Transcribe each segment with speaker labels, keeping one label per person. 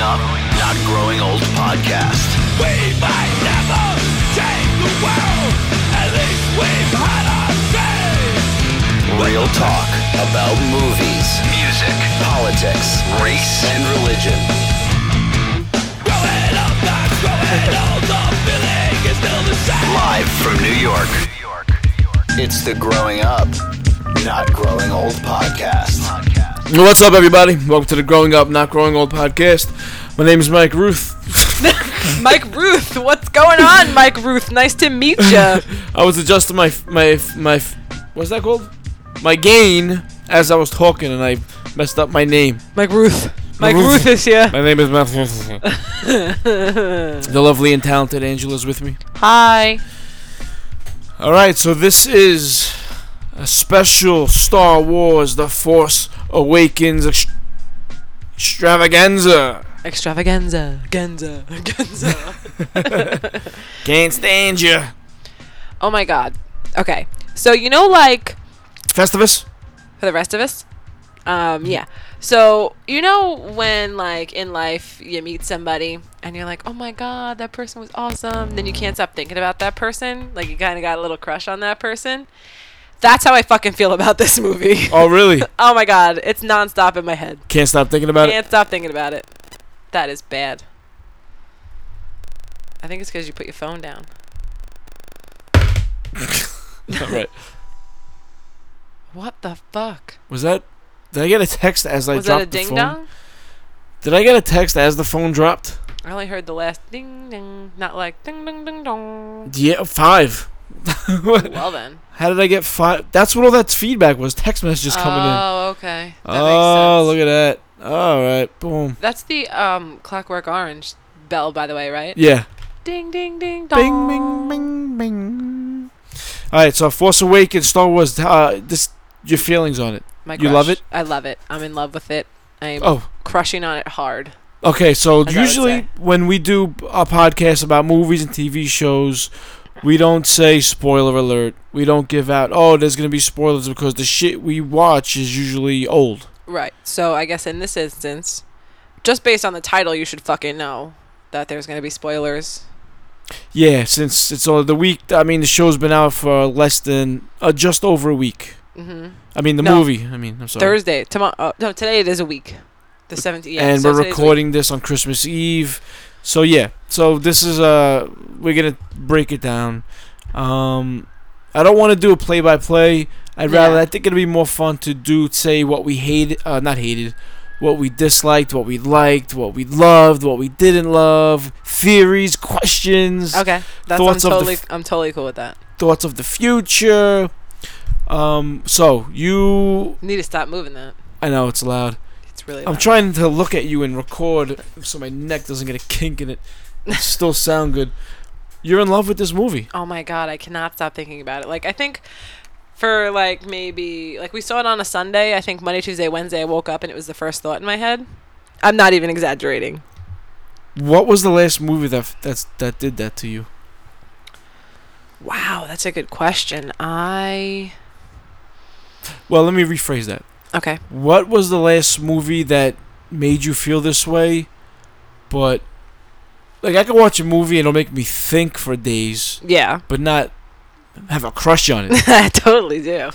Speaker 1: Not Growing Old podcast.
Speaker 2: We might never change the world. At least we've had our say.
Speaker 1: Real talk about movies, music, politics, race, and religion.
Speaker 2: Growing up, not growing old. The feeling is still the same.
Speaker 1: Live from New York. It's the Growing Up, Not Growing Old podcast.
Speaker 3: What's up, everybody? Welcome to the Growing Up, Not Growing Old podcast. My name is Mike Ruth.
Speaker 4: Mike Ruth, what's going on, Mike Ruth? Nice to meet you.
Speaker 3: I was adjusting my f- my f- my f- what's that called? My gain as I was talking, and I messed up my name.
Speaker 4: Mike Ruth. Mike
Speaker 3: Ruth.
Speaker 4: Ruth is here.
Speaker 3: My name is Matthew. the lovely and talented Angela's with me.
Speaker 4: Hi.
Speaker 3: All right, so this is a special Star Wars: The Force Awakens ex- extravaganza.
Speaker 4: Extravaganza. Ganza. Ganza.
Speaker 3: Can't stand you,
Speaker 4: oh my god. Okay. So you know like
Speaker 3: Festivus.
Speaker 4: for the rest of us? Um, yeah. So you know when like in life you meet somebody and you're like, Oh my god, that person was awesome then you can't stop thinking about that person, like you kinda got a little crush on that person. That's how I fucking feel about this movie.
Speaker 3: Oh, really?
Speaker 4: oh my god, it's nonstop in my head.
Speaker 3: Can't stop thinking about it.
Speaker 4: Can't stop thinking about it. That is bad. I think it's because you put your phone down.
Speaker 3: All right.
Speaker 4: What the fuck?
Speaker 3: Was that? Did I get a text as I
Speaker 4: Was that
Speaker 3: dropped
Speaker 4: a ding
Speaker 3: the phone?
Speaker 4: dong?
Speaker 3: Did I get a text as the phone dropped?
Speaker 4: I only heard the last ding ding, not like ding ding ding dong.
Speaker 3: Yeah, five.
Speaker 4: Well then.
Speaker 3: How did I get five? That's what all that feedback was. Text messages coming in.
Speaker 4: oh, okay. That
Speaker 3: Oh,
Speaker 4: makes sense.
Speaker 3: look at that. All right, boom.
Speaker 4: That's the um Clockwork Orange bell, by the way, right?
Speaker 3: Yeah.
Speaker 4: Ding ding ding dong.
Speaker 3: Bing, bing, bing, bing. All right, so Force Awakens, Star Wars. Uh, this your feelings on it?
Speaker 4: My
Speaker 3: You love
Speaker 4: crush.
Speaker 3: it?
Speaker 4: I love it. I'm in love with it. I'm
Speaker 3: Oh,
Speaker 4: crushing on it hard.
Speaker 3: okay. So
Speaker 4: As I would
Speaker 3: usually
Speaker 4: say.
Speaker 3: when we do a podcast about movies and TV shows, we don't say spoiler alert. We don't give out. Oh, there's gonna be spoilers because the shit we watch is usually old.
Speaker 4: Right. So I guess in this instance, just based on the title, you should fucking know that there's gonna be spoilers.
Speaker 3: Yeah, since it's all the week. I mean, the show's been out for less than uh, just over a week.
Speaker 4: hmm
Speaker 3: I mean, the
Speaker 4: No.
Speaker 3: movie. I mean, I'm sorry.
Speaker 4: Thursday, tomorrow. Oh, no, today it is a week. The 17th. Yeah,
Speaker 3: and
Speaker 4: so
Speaker 3: we're
Speaker 4: today's a week.
Speaker 3: recording this on Christmas Eve. So yeah, so this is uh, we're gonna break it down. Um, I don't want to do a play by play. I'd
Speaker 4: Yeah.
Speaker 3: rather. I think it'd be more fun to do say what we hated, uh, not hated, what we disliked, what we liked, what we loved, what we didn't love, theories, questions.
Speaker 4: Okay. That's
Speaker 3: Thoughts
Speaker 4: I'm
Speaker 3: of the
Speaker 4: totally.
Speaker 3: f-
Speaker 4: I'm totally cool with that.
Speaker 3: thoughts of the future. Um, so you,
Speaker 4: Need to stop moving that.
Speaker 3: I know it's loud.
Speaker 4: It's really.
Speaker 3: I'm
Speaker 4: loud.
Speaker 3: trying to look at you and record so my neck doesn't get a kink in it. It still sound good. You're in love with this movie.
Speaker 4: Oh my god, I cannot stop thinking about it. Like I think for like maybe like we saw it on a Sunday. I think Monday, Tuesday, Wednesday I woke up and it was the first thought in my head. I'm not even exaggerating.
Speaker 3: What was the last movie that that's that did that to you?
Speaker 4: Wow, that's a good question. I
Speaker 3: Well, let me rephrase that.
Speaker 4: okay.
Speaker 3: What was the last movie that made you feel this way? But like I can watch a movie and it'll make me think for days,
Speaker 4: Yeah.
Speaker 3: but not have a crush on it.
Speaker 4: I totally do.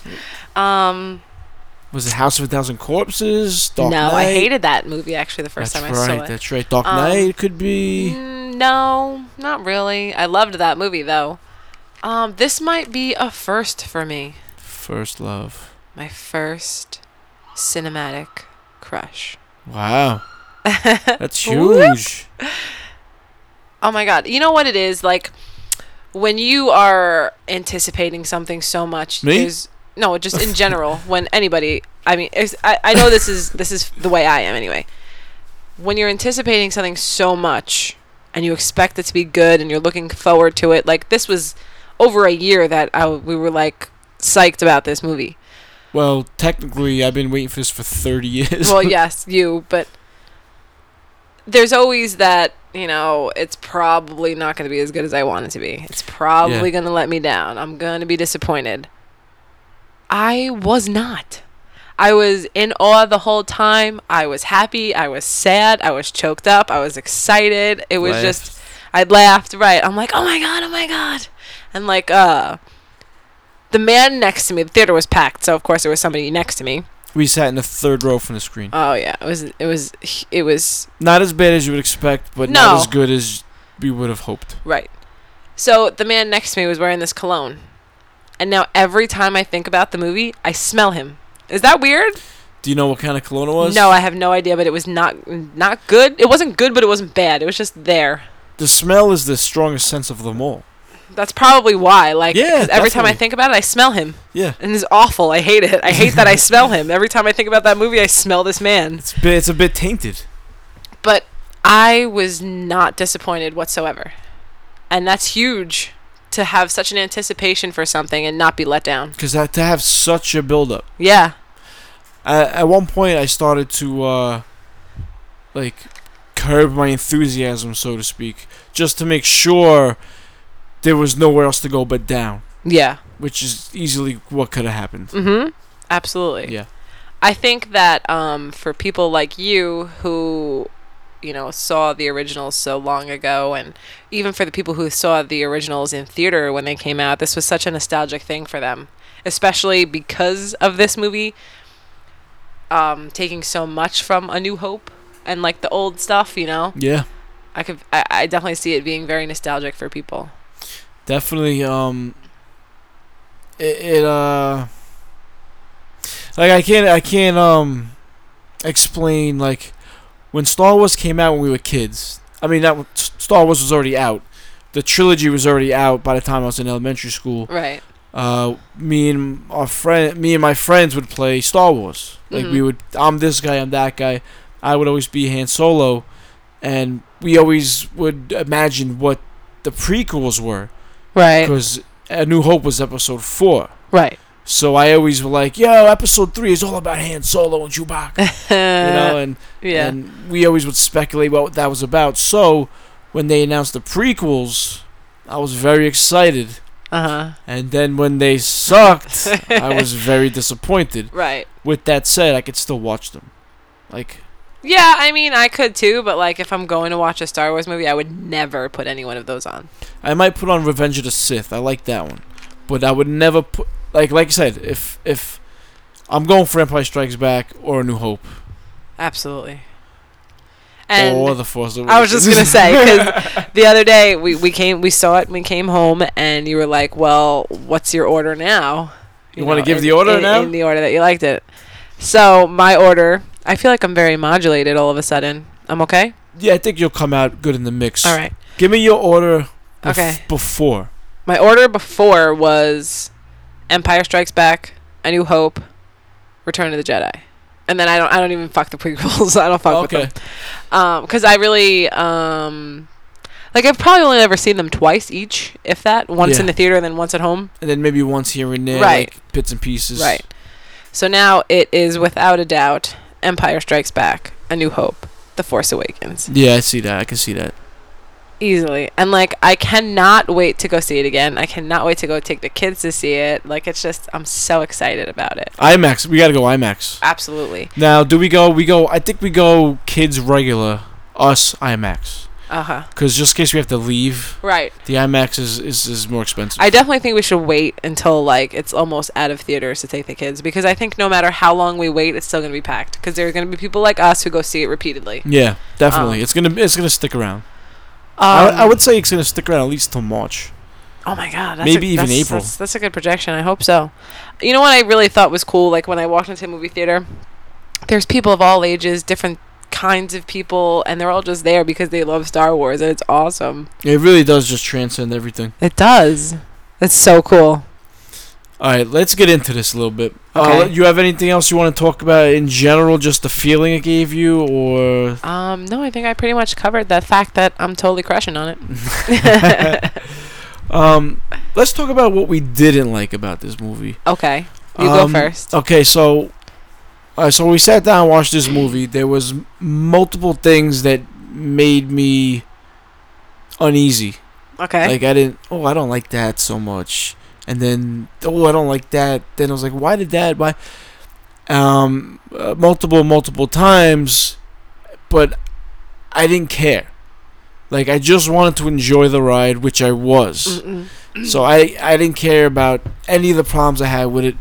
Speaker 4: Um,
Speaker 3: Was it House of a Thousand Corpses? Dark
Speaker 4: no,
Speaker 3: Knight?
Speaker 4: I hated that movie actually the first
Speaker 3: that's
Speaker 4: time I
Speaker 3: right,
Speaker 4: saw it.
Speaker 3: That's right. Dark
Speaker 4: Um,
Speaker 3: Knight could be.
Speaker 4: Mm, no, not really. I loved that movie though. Um, this might be a first for me.
Speaker 3: First Love.
Speaker 4: My first cinematic crush.
Speaker 3: Wow. That's
Speaker 4: Whoop.
Speaker 3: huge.
Speaker 4: Oh my god. You know what it is like when you are anticipating something so much
Speaker 3: Me?
Speaker 4: there's no, just in general when anybody I mean it's, I, I know this is this is the way I am anyway. When you're anticipating something so much and you expect it to be good and you're looking forward to it like this was over a year that I, w- we were like psyched about this movie.
Speaker 3: Well, technically, I've been waiting for this for 30 years.
Speaker 4: well, yes, you, but there's always that, you know, it's probably not going to be as good as I want it to be. It's probably
Speaker 3: Yeah.
Speaker 4: going to let me down. I'm going to be disappointed. I was not. I was in awe the whole time. I was happy. I was sad. I was choked up. I was excited. It was
Speaker 5: Laughed.
Speaker 4: just, I laughed. Right. I'm like, oh my god, oh my god, and like, uh, the man next to me. The theater was packed, so of course there was somebody next to me.
Speaker 3: We sat in the third row from the screen.
Speaker 4: Oh yeah, it was, it was, it was
Speaker 3: Not as bad as you would expect, but not
Speaker 4: No.
Speaker 3: as good as we would have hoped.
Speaker 4: Right. So the man next to me was wearing this cologne. And now every time I think about the movie, I smell him. Is that weird?
Speaker 3: Do you know what kind of cologne it was?
Speaker 4: No, I have no idea, but it was not not good. It wasn't good, but it wasn't bad. It was just there.
Speaker 3: the smell is the strongest sense of them all.
Speaker 4: That's probably why. Like
Speaker 3: Yeah,
Speaker 4: 'cause every time I
Speaker 3: definitely.
Speaker 4: think about it, I smell him.
Speaker 3: Yeah,
Speaker 4: And it's awful. I hate it. I hate that I smell him. Every time I think about that movie, I smell this man.
Speaker 3: it's a bit, it's a bit tainted.
Speaker 4: But I was not disappointed whatsoever. And that's huge to have such an anticipation for something and not be let down.
Speaker 3: Because to have such a buildup.
Speaker 4: Yeah.
Speaker 3: At, at one point, I started to, uh, like, curb my enthusiasm, so to speak, just to make sure there was nowhere else to go but down,
Speaker 4: Yeah.
Speaker 3: which is easily what could have happened.
Speaker 4: Mm-hmm. Absolutely.
Speaker 3: Yeah.
Speaker 4: I think that um, for people like you who, you know, saw the originals so long ago, and even for the people who saw the originals in theater when they came out, this was such a nostalgic thing for them, especially because of this movie um, taking so much from A New Hope and like the old stuff. You know,
Speaker 3: Yeah.
Speaker 4: I could, I, I definitely see it being very nostalgic for people.
Speaker 3: definitely um it, it uh like i can't i can't um explain like when star wars came out when we were kids i mean that star wars was already out the trilogy was already out by the time i was in elementary school
Speaker 4: Right.
Speaker 3: uh me and our friend me and my friends would play star wars like we
Speaker 4: Mhm.
Speaker 3: would i'm this guy i'm that guy i would always be han solo and we always would imagine what the prequels were
Speaker 4: Right.
Speaker 3: because A New Hope was episode four.
Speaker 4: Right.
Speaker 3: So I always were like, "Yo, episode three is all about Han Solo and Chewbacca," you know, and
Speaker 4: yeah.
Speaker 3: and we always would speculate what that was about. So when they announced the prequels, I was very excited,
Speaker 4: uh huh.
Speaker 3: and then when they sucked, I was very disappointed.
Speaker 4: Right.
Speaker 3: With that said, I could still watch them. Like,
Speaker 4: Yeah, I mean, I could too, but like if I'm going to watch a Star Wars movie, I would never put any one of those on.
Speaker 3: I might put on Revenge of the Sith. I like that one, but I would never put like like I said, if if I'm going for Empire Strikes Back or A New Hope.
Speaker 4: Absolutely. And
Speaker 3: or the Force Awakens.
Speaker 4: I was just gonna say because the other day we, we came we saw it and we came home and you were like, well, what's your order now?
Speaker 3: You wanna
Speaker 4: know,
Speaker 3: give
Speaker 4: in-
Speaker 3: the order
Speaker 4: in-
Speaker 3: now?
Speaker 4: in the order that you liked it. So my order, I feel like I'm very modulated all of a sudden. I'm okay.
Speaker 3: yeah, I think you'll come out good in the mix.
Speaker 4: All right.
Speaker 3: Give me your order. bef-
Speaker 4: Okay.
Speaker 3: Before
Speaker 4: My order before was Empire Strikes Back, A New Hope, Return of the Jedi, and then I don't I don't even fuck the prequels. I don't fuck
Speaker 3: okay,
Speaker 4: with them because I really um like I've probably only ever seen them twice each, if that. Once in
Speaker 3: Yeah.
Speaker 4: the theater and then once at home.
Speaker 3: and then maybe once here and there,
Speaker 4: Right.
Speaker 3: like bits and pieces.
Speaker 4: Right. So now it is without a doubt Empire Strikes Back, A New Hope, The Force Awakens.
Speaker 3: Yeah, I see that. I can see that.
Speaker 4: easily and like i cannot wait to go see it again i cannot wait to go take the kids to see it like it's just i'm so excited about it
Speaker 3: IMAX. We gotta go IMAX.
Speaker 4: absolutely
Speaker 3: Now, do we go? We go. I think we go kids regular, us IMAX.
Speaker 4: uh-huh
Speaker 3: Because just in case we have to leave,
Speaker 4: right
Speaker 3: the IMAX is is, is more expensive.
Speaker 4: i definitely think we should wait until like it's almost out of theaters to take the kids because i think no matter how long we wait it's still going to be packed because there are going to be people like us who go see it repeatedly
Speaker 3: yeah, definitely.
Speaker 4: Um,
Speaker 3: it's gonna it's gonna stick around.
Speaker 4: um,
Speaker 3: I, I would say it's gonna stick around at least till March.
Speaker 4: Oh my god! That's
Speaker 3: Maybe
Speaker 4: a,
Speaker 3: even
Speaker 4: that's-
Speaker 3: April.
Speaker 4: That's, that's a good projection. I hope so. You know what I really thought was cool? Like when I walked into a movie theater, there's people of all ages, different kinds of people, and they're all just there because they love Star Wars, and it's awesome.
Speaker 3: It really does just transcend everything.
Speaker 4: It does. That's so cool.
Speaker 3: All right, let's get into this a little bit. Uh,
Speaker 4: Okay.
Speaker 3: you have anything else you want to talk about in general, just the feeling it gave you, or
Speaker 4: Um, no, I think I pretty much covered the fact that I'm totally crushing on it.
Speaker 3: um, let's talk about what we didn't like about this movie.
Speaker 4: Okay, you go
Speaker 3: Um,
Speaker 4: first.
Speaker 3: Okay, so, uh, so we sat down and watched this movie. There was m- multiple things that made me uneasy.
Speaker 4: Okay.
Speaker 3: Like I didn't. Oh, I don't like that so much. And then oh, I don't like that. Then I was like, why did that? Why? um, uh, multiple multiple times, but I didn't care. Like I just wanted to enjoy the ride, which I was.
Speaker 4: Mm-mm.
Speaker 3: So I I didn't care about any of the problems I had with it.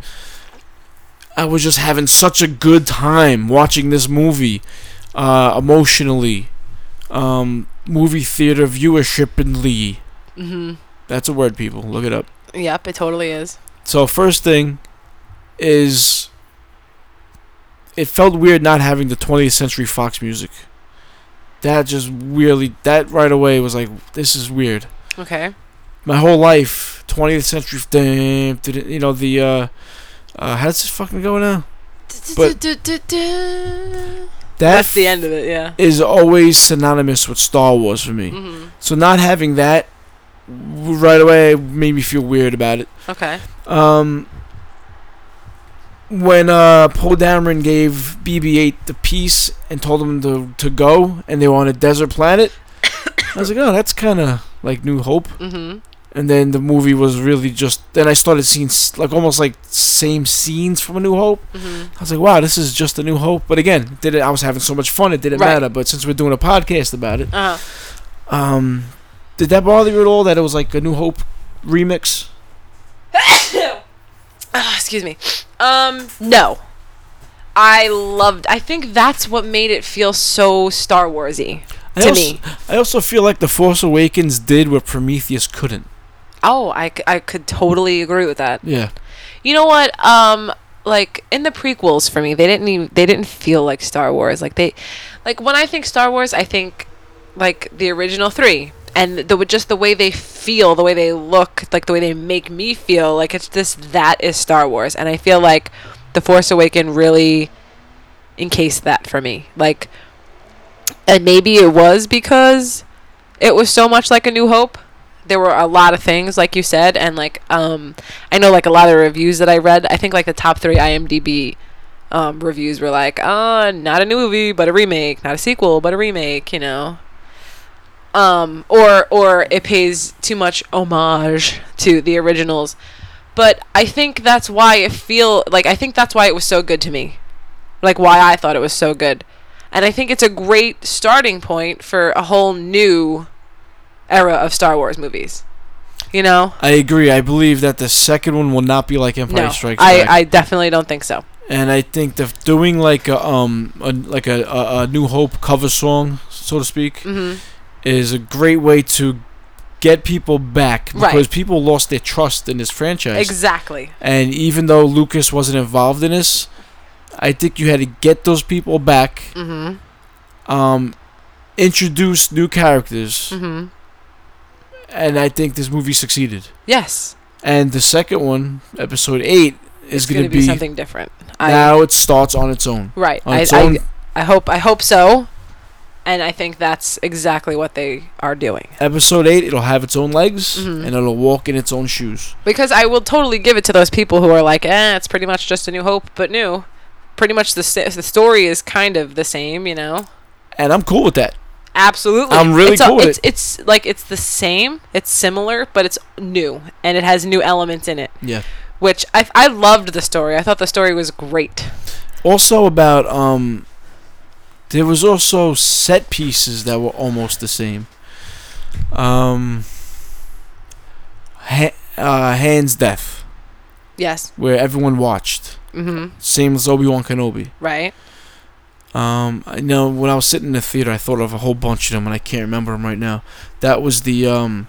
Speaker 3: I was just having such a good time watching this movie, uh, emotionally, um, movie theater viewership in Lee.
Speaker 4: Mm-hmm.
Speaker 3: That's a word, people. Look it up.
Speaker 4: Yep, it totally is.
Speaker 3: So first thing is it felt weird not having the 20th Century Fox music. That just really that right away was like this is weird.
Speaker 4: Okay.
Speaker 3: My whole life 20th Century damn, did it- you know the uh, uh how does this fucking go now? But- That
Speaker 4: That's the end of it, yeah.
Speaker 3: is always synonymous with Star Wars for me.
Speaker 4: hmm
Speaker 3: So not having that w- right away made me feel weird about it.
Speaker 4: Okay.
Speaker 3: Um, when uh, Paul Dameron gave BB-8 the piece and told him to to go, and they were on a desert planet, I was like, oh, that's kind of like New Hope.
Speaker 4: hmm
Speaker 3: And then the movie was really just. Then I started seeing s- like almost like same scenes from A New Hope.
Speaker 4: hmm
Speaker 3: I was like, wow, this is just A New Hope. But again, did it? I was having so much fun, it didn't
Speaker 4: Right.
Speaker 3: matter. But since we're doing a podcast about it,
Speaker 4: Uh,
Speaker 3: um, did that bother you at all that it was like a New Hope remix?
Speaker 4: ah, excuse me. Um, no. I loved. I think that's what made it feel so Star Warsy
Speaker 3: I
Speaker 4: to
Speaker 3: also,
Speaker 4: me.
Speaker 3: I also feel like The Force Awakens did what Prometheus couldn't.
Speaker 4: Oh, I, c- I could totally agree with that.
Speaker 3: Yeah.
Speaker 4: You know what? Um, like in the prequels for me, they didn't even they didn't feel like Star Wars. Like they, like when I think Star Wars, I think like the original three, and the w- just the way they feel, the way they look, like the way they make me feel. Like it's just that is Star Wars, and I feel like the Force Awaken really encased that for me. Like, and maybe it was because it was so much like a new hope there were a lot of things like you said and like um i know like a lot of reviews that i read i think like the top three imdb um, reviews were like uh not a new movie but a remake not a sequel but a remake you know um or or it pays too much homage to the originals but i think that's why it feel like i think that's why it was so good to me like why i thought it was so good and i think it's a great starting point for a whole new era of Star Wars movies. You know?
Speaker 3: I agree. I believe that the second one will not be like Empire
Speaker 4: No,
Speaker 3: Strikes
Speaker 4: I,
Speaker 3: Back.
Speaker 4: I definitely don't think so.
Speaker 3: and I think that doing like a um a, like a, a, a New Hope cover song, so to speak,
Speaker 4: hmm
Speaker 3: is a great way to get people back
Speaker 4: Right.
Speaker 3: because people lost their trust in this franchise.
Speaker 4: Exactly.
Speaker 3: and even though Lucas wasn't involved in this, I think you had to get those people back,
Speaker 4: hmm
Speaker 3: um, introduce new characters.
Speaker 4: hmm
Speaker 3: and I think this movie succeeded.
Speaker 4: Yes.
Speaker 3: And the second one, episode eight, is
Speaker 4: It's going
Speaker 3: going
Speaker 4: to
Speaker 3: to
Speaker 4: be,
Speaker 3: be,
Speaker 4: something different. I,
Speaker 3: now it starts on its own.
Speaker 4: right.
Speaker 3: On
Speaker 4: I,
Speaker 3: its own,
Speaker 4: I, I hope I hope so. And I think that's exactly what they are doing.
Speaker 3: episode eight, it'll have its own legs
Speaker 4: Mhm.
Speaker 3: and it'll walk in its own shoes.
Speaker 4: Because I will totally give it to those people who are like, eh, it's pretty much just a new hope, but new. Pretty much the, sa- the story is kind of the same, you know?
Speaker 3: And I'm cool with that.
Speaker 4: Absolutely.
Speaker 3: I'm really
Speaker 4: it's a-
Speaker 3: cool with
Speaker 4: it's, it's like it's the same, it's similar, but it's new and it has new elements in it,
Speaker 3: Yeah.
Speaker 4: which I I loved the story. I thought the story was great.
Speaker 3: Also about um, there was also set pieces that were almost the same. Um, ha- uh, Hands Death,
Speaker 4: Yes.
Speaker 3: where everyone watched,
Speaker 4: Mhm.
Speaker 3: same as Obi Wan Kenobi.
Speaker 4: Right.
Speaker 3: Um, I know when I was sitting in the theater, I thought of a whole bunch of them, and I can't remember them right now. That was the um,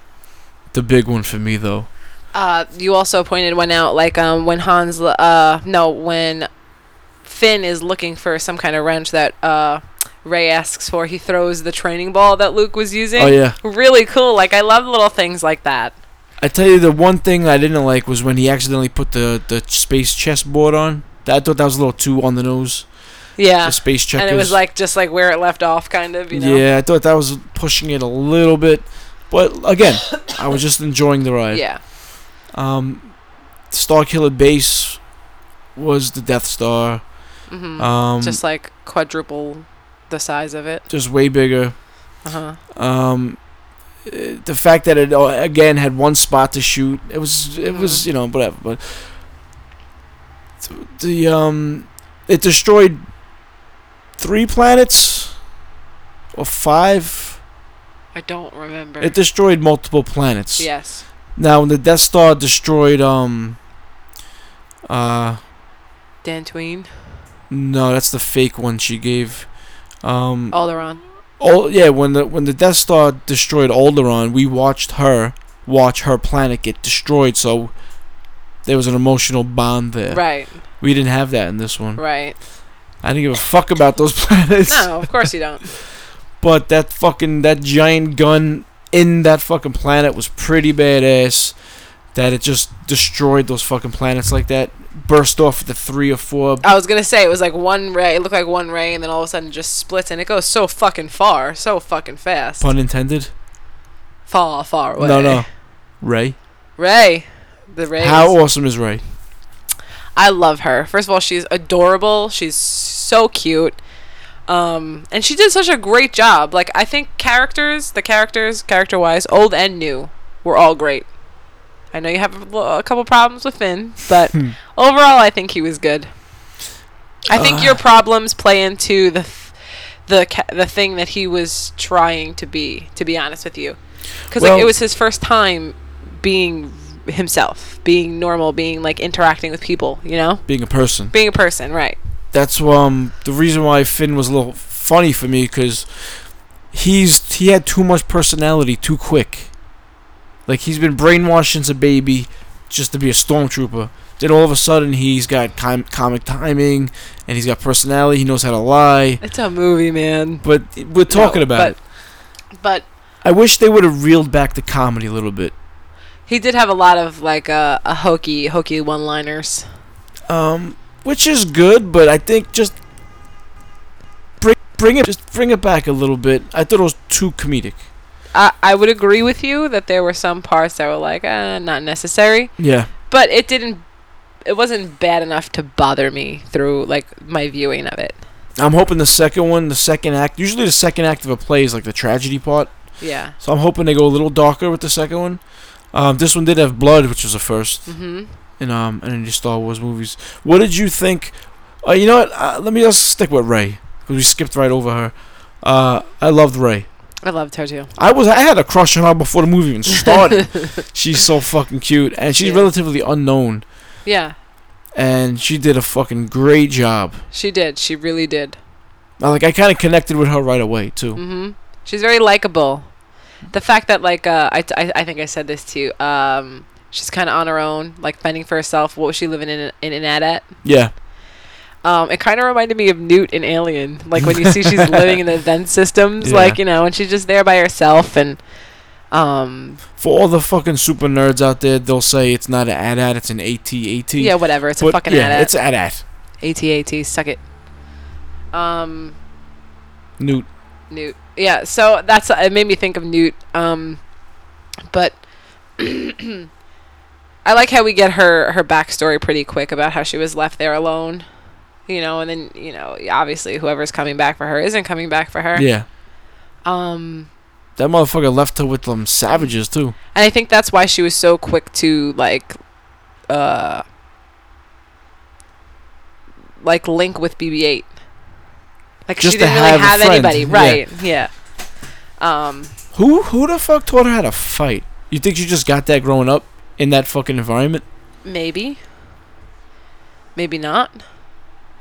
Speaker 3: the big one for me though.
Speaker 4: Uh you also pointed one out like um when Hans l- uh no, when Finn is looking for some kind of wrench that uh Ray asks for, he throws the training ball that Luke was using.
Speaker 3: Oh yeah,
Speaker 4: Really cool. Like I love little things like that.
Speaker 3: I tell you, the one thing I didn't like was when he accidentally put the the space chessboard on. That- I thought that was a little too on the nose.
Speaker 4: Yeah.
Speaker 3: The space checkers.
Speaker 4: and it was like just like where it left off kind of, you know.
Speaker 3: yeah, I thought that was pushing it a little bit, but again, I was just enjoying the ride.
Speaker 4: Yeah.
Speaker 3: Um, Starkiller Base was the Death Star.
Speaker 4: hmm
Speaker 3: Um,
Speaker 4: just like quadruple the size of it.
Speaker 3: just way bigger.
Speaker 4: Uh-huh.
Speaker 3: Um, uh, the fact that it uh, again had one spot to shoot, it was it was you know whatever, but th- the um it destroyed three planets or five.
Speaker 4: I don't remember.
Speaker 3: It destroyed multiple planets.
Speaker 4: yes.
Speaker 3: Now, when the Death Star destroyed, um, uh,
Speaker 4: Dantooine.
Speaker 3: no, that's the fake one she gave. Um,
Speaker 4: Alderaan.
Speaker 3: Oh yeah, when the when the Death Star destroyed Alderaan, we watched her watch her planet get destroyed. So there was an emotional bond there.
Speaker 4: Right.
Speaker 3: We didn't have that in this one.
Speaker 4: Right.
Speaker 3: I didn't give a fuck about those planets.
Speaker 4: No, of course you don't.
Speaker 3: But that fucking that giant gun in that fucking planet was pretty badass. That it just destroyed those fucking planets like that. Burst off the three or four.
Speaker 4: I was gonna say it was like one ray. It looked like one ray, and then all of a sudden it just splits, and it goes so fucking far, so fucking fast.
Speaker 3: Pun intended.
Speaker 4: far, far away.
Speaker 3: No, no. Ray.
Speaker 4: Ray, the ray.
Speaker 3: How awesome is Ray?
Speaker 4: I love her. First of all, she's adorable. She's so cute. Um, and she did such a great job. Like I think characters, the characters, character wise, old and new, were all great. I know you have a, lo- a couple problems with Finn, but overall, I think he was good. I think your problems play into the th- the ca- the thing that he was trying to be. To be honest with you, because
Speaker 3: Well-
Speaker 4: like it was his first time being himself, being normal, being like interacting with people. You know,
Speaker 3: Being a person.
Speaker 4: being a person, right?
Speaker 3: that's um the reason why Finn was a little funny for me because he's he had too much personality too quick. Like he's been brainwashed since a baby, just to be a stormtrooper. Then all of a sudden he's got com- comic timing and he's got personality. He knows how to lie.
Speaker 4: It's a movie, man.
Speaker 3: But we're talking
Speaker 4: No,
Speaker 3: about
Speaker 4: but,
Speaker 3: it.
Speaker 4: But
Speaker 3: I wish they would have reeled back the comedy a little bit.
Speaker 4: he did have a lot of like uh, a hokey hokey one liners.
Speaker 3: Um, which is good, but I think just bring bring it just bring it back a little bit. I thought it was too comedic.
Speaker 4: I, I would agree with you that there were some parts that were like uh, not necessary.
Speaker 3: Yeah.
Speaker 4: but it didn't it wasn't bad enough to bother me through like my viewing of it
Speaker 3: I'm hoping the second one, the second act. Usually, the second act of a play is like the tragedy part.
Speaker 4: yeah
Speaker 3: So I'm hoping they go a little darker with the second one. Um, this one did have blood, which was a first
Speaker 4: mm-hmm
Speaker 3: in um in any Star Wars movies. What did you think? Uh, you know what? Uh, let me just stick with Ray because we skipped right over her. Uh, I loved Ray.
Speaker 4: i loved her too
Speaker 3: I was I had a crush on her before the movie even started. she's so fucking cute, and she's
Speaker 4: Yeah.
Speaker 3: relatively unknown,
Speaker 4: yeah
Speaker 3: and she did a fucking great job.
Speaker 4: she did she really did
Speaker 3: Uh, Like I kind of connected with her right away too.
Speaker 4: mm-hmm she's very likable the fact that like uh i, t- I, I think i said this to you um she's kind of on her own like fending for herself what was she living in in an ad at
Speaker 3: Yeah,
Speaker 4: um, it kind of reminded me of Newt in Alien, like when you see she's living in the vent systems,
Speaker 3: Yeah.
Speaker 4: like you know, and she's just there by herself, and um,
Speaker 3: For all the fucking super nerds out there, they'll say it's not an ad ad, it's an AT AT.
Speaker 4: yeah, whatever. It's a
Speaker 3: But
Speaker 4: fucking
Speaker 3: yeah,
Speaker 4: ad.
Speaker 3: It's ad ad.
Speaker 4: ATAT, suck it. Um,
Speaker 3: Newt.
Speaker 4: Newt. Yeah, so that's it made me think of Newt. Um, but I like how we get her her backstory pretty quick about how she was left there alone, you know, and then you know obviously whoever's coming back for her isn't coming back for her.
Speaker 3: Yeah.
Speaker 4: Um,
Speaker 3: That motherfucker left her with them savages too.
Speaker 4: and I think that's why she was so quick to like, uh, like link with BB-8. Like
Speaker 3: Just
Speaker 4: she
Speaker 3: to
Speaker 4: didn't
Speaker 3: have
Speaker 4: really
Speaker 3: a
Speaker 4: have
Speaker 3: friend,
Speaker 4: anybody,
Speaker 3: yeah.
Speaker 4: right? Yeah. Um,
Speaker 3: Who who the fuck taught her how to fight? You think you just got that growing up in that fucking environment?
Speaker 4: maybe, maybe not.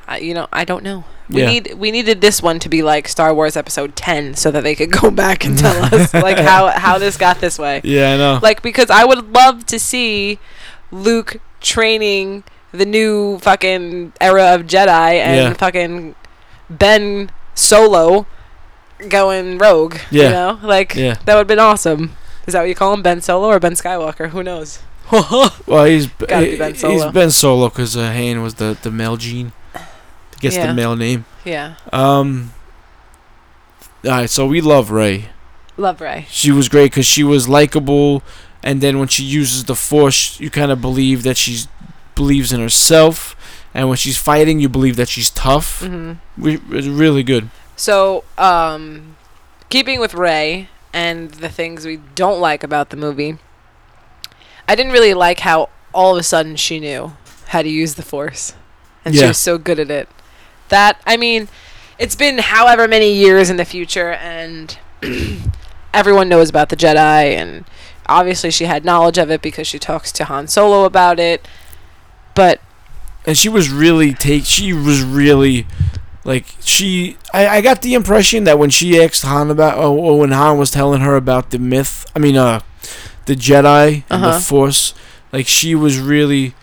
Speaker 4: I, you know, I don't know. We
Speaker 3: Yeah.
Speaker 4: need we needed this one to be like Star Wars Episode Ten, so that they could go back and tell us like how how this got this way.
Speaker 3: Yeah, I know.
Speaker 4: Like because I would love to see Luke training the new fucking era of Jedi and
Speaker 3: Yeah.
Speaker 4: fucking Ben Solo going rogue. You
Speaker 3: Yeah.
Speaker 4: know? Like
Speaker 3: Yeah.
Speaker 4: that would have been awesome. Is that what you call him? Ben Solo or Ben Skywalker? Who knows?
Speaker 3: well, he's
Speaker 4: Gotta be
Speaker 3: he,
Speaker 4: Ben
Speaker 3: he's
Speaker 4: Solo.
Speaker 3: Ben Solo because uh, Hane was the the male gene. Gets
Speaker 4: Yeah.
Speaker 3: the male name.
Speaker 4: yeah.
Speaker 3: Um. All right, so we love Ray.
Speaker 4: Love Ray.
Speaker 3: she was great because she was likable and then when she uses the force you kind of believe that she's believes in herself and when she's fighting you believe that she's tough
Speaker 4: hmm
Speaker 3: we, it's really good
Speaker 4: So, um, keeping with Ray and the things we don't like about the movie, I didn't really like how all of a sudden she knew how to use the Force, and she
Speaker 3: Yeah.
Speaker 4: was so good at it. that I mean, it's been however many years in the future, and everyone knows about the Jedi, and obviously she had knowledge of it because she talks to Han Solo about it. But
Speaker 3: and she was really take she was really like she I, I got the impression that when she asked Han about oh, oh, when Han was telling her about the myth I mean uh the Jedi and
Speaker 4: Uh-huh.
Speaker 3: the Force like she was really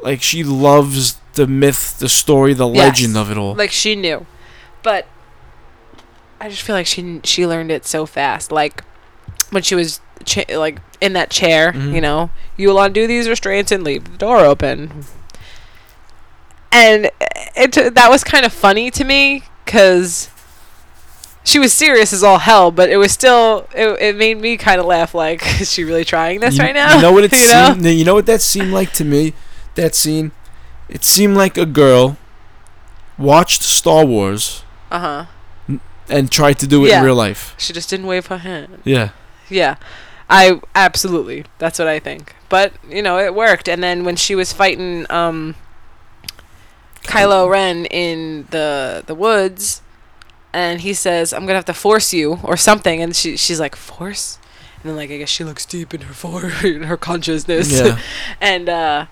Speaker 3: like she loves the myth the story the legend
Speaker 4: Yes.
Speaker 3: of it all
Speaker 4: like she knew, but I just feel like she she learned it so fast. Like when she was cha- like in that chair,
Speaker 3: Mm-hmm.
Speaker 4: you know, you will undo these restraints and leave the door open. And it that was kind of funny to me because she was serious as all hell, but it was still it, it made me kind of laugh. Like, is she really trying this
Speaker 3: you,
Speaker 4: right now?
Speaker 3: You know what it
Speaker 4: You know?
Speaker 3: seemed. You know what that seemed like to me. That scene, it seemed like a girl watched Star Wars
Speaker 4: Uh huh.
Speaker 3: and tried to do it
Speaker 4: Yeah.
Speaker 3: in real life.
Speaker 4: She just didn't wave her hand.
Speaker 3: Yeah,
Speaker 4: Yeah. I absolutely. That's what I think. But, you know, it worked. And then when she was fighting um Kylo Ren in the the woods and he says, "I'm going to have to force you" or something and she she's like, "Force?" And then like I guess she looks deep in her for in her consciousness.
Speaker 3: yeah.
Speaker 4: and uh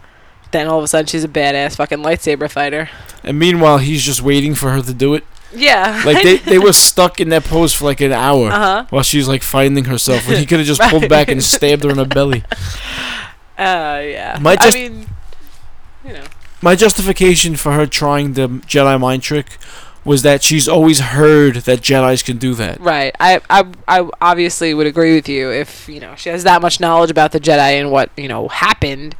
Speaker 4: then all of a sudden she's a badass fucking lightsaber fighter.
Speaker 3: and meanwhile, he's just waiting for her to do it.
Speaker 4: Yeah.
Speaker 3: Like they, they were stuck in that pose for like an hour
Speaker 4: Uh-huh.
Speaker 3: while she's like finding herself. When he could have just pulled back and stabbed her in the belly.
Speaker 4: uh yeah.
Speaker 3: Might just-
Speaker 4: I mean, you know.
Speaker 3: My justification for her trying the Jedi mind trick was that she's always heard that Jedi's can do that.
Speaker 4: Right. I, I I obviously would agree with you if, you know, she has that much knowledge about the Jedi and what, you know, happened.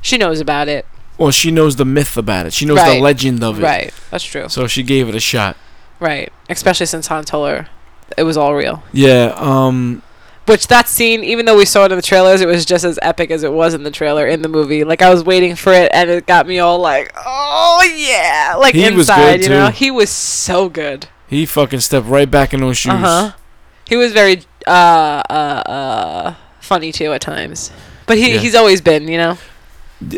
Speaker 4: She knows about it.
Speaker 3: Well, she knows the myth about it. She knows
Speaker 4: Right.
Speaker 3: the legend of it.
Speaker 4: Right. That's true.
Speaker 3: So she gave it a shot.
Speaker 4: Right. Especially since Han told her it was all real.
Speaker 3: Yeah, um
Speaker 4: Which that scene, even though we saw it in the trailers, it was just as epic as it was in the trailer in the movie. Like I was waiting for it and it got me all like, Oh yeah like
Speaker 3: He was
Speaker 4: inside,
Speaker 3: good,
Speaker 4: you know?
Speaker 3: too.
Speaker 4: He was so good.
Speaker 3: he fucking stepped right back in those shoes.
Speaker 4: Uh huh. He was very uh uh uh funny too at times. But he,
Speaker 3: Yeah.
Speaker 4: he's always been, you know?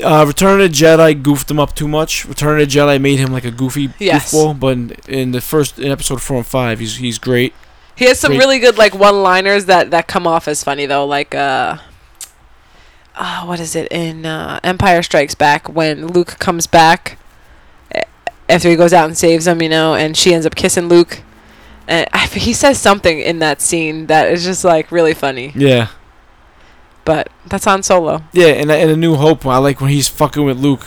Speaker 3: Uh, Return of the Jedi goofed him up too much. Return of the Jedi made him like a goofy
Speaker 4: Yes.
Speaker 3: goofball, but in, in the first in episode 4 and 5, he's he's great.
Speaker 4: He has some
Speaker 3: Great.
Speaker 4: really good like one-liners that that come off as funny though, like uh, uh what is it in uh, Empire Strikes Back when Luke comes back a- after he goes out and saves him, you know, and she ends up kissing Luke. And I, he says something in that scene that is just like really funny,
Speaker 3: Yeah.
Speaker 4: but that's on Solo.
Speaker 3: Yeah, and and A New Hope, I like when he's fucking with Luke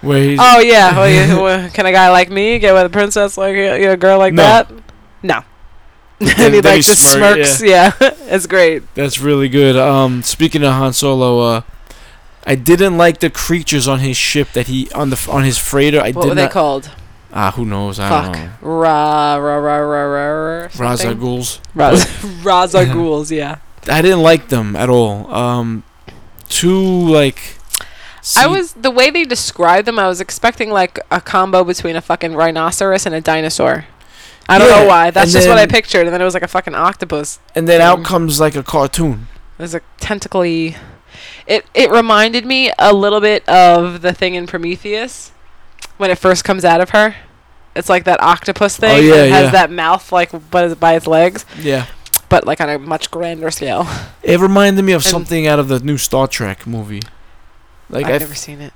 Speaker 3: where he's
Speaker 4: Oh yeah, well, you, well, can a guy like me get with a princess like a, you know, a girl like
Speaker 3: No.
Speaker 4: that? No.
Speaker 3: then
Speaker 4: and he
Speaker 3: he
Speaker 4: like just
Speaker 3: smirk,
Speaker 4: smirks. Yeah, it's great.
Speaker 3: That's really good. Um, speaking of Han Solo, uh, I didn't like the creatures on his ship that he on the on his freighter. I
Speaker 4: What
Speaker 3: did
Speaker 4: were they
Speaker 3: not.
Speaker 4: called?
Speaker 3: ah, who knows? I
Speaker 4: Fuck.
Speaker 3: don't know.
Speaker 4: Ra ra ra ra ra ra.
Speaker 3: Raza
Speaker 4: something?
Speaker 3: ghouls.
Speaker 4: Raz- Raza ghouls. Yeah.
Speaker 3: I didn't like them at all. Um, too like.
Speaker 4: I
Speaker 3: see-
Speaker 4: was the way they described them. I was expecting like a combo between a fucking rhinoceros and a dinosaur. I don't
Speaker 3: Yeah,
Speaker 4: know why. That's
Speaker 3: and
Speaker 4: just what I
Speaker 3: then-
Speaker 4: pictured, and then it was like a fucking octopus.
Speaker 3: and then out comes like a cartoon.
Speaker 4: It was a tentacly. It it reminded me a little bit of the thing in Prometheus when it first comes out of her. It's like that octopus thing.
Speaker 3: Oh, yeah,
Speaker 4: that has
Speaker 3: yeah.
Speaker 4: that mouth like but is by its legs,
Speaker 3: Yeah,
Speaker 4: but like on a much grander scale.
Speaker 3: it reminded me of something out of the new Star Trek movie. Like
Speaker 4: I've
Speaker 3: I,
Speaker 4: never seen it.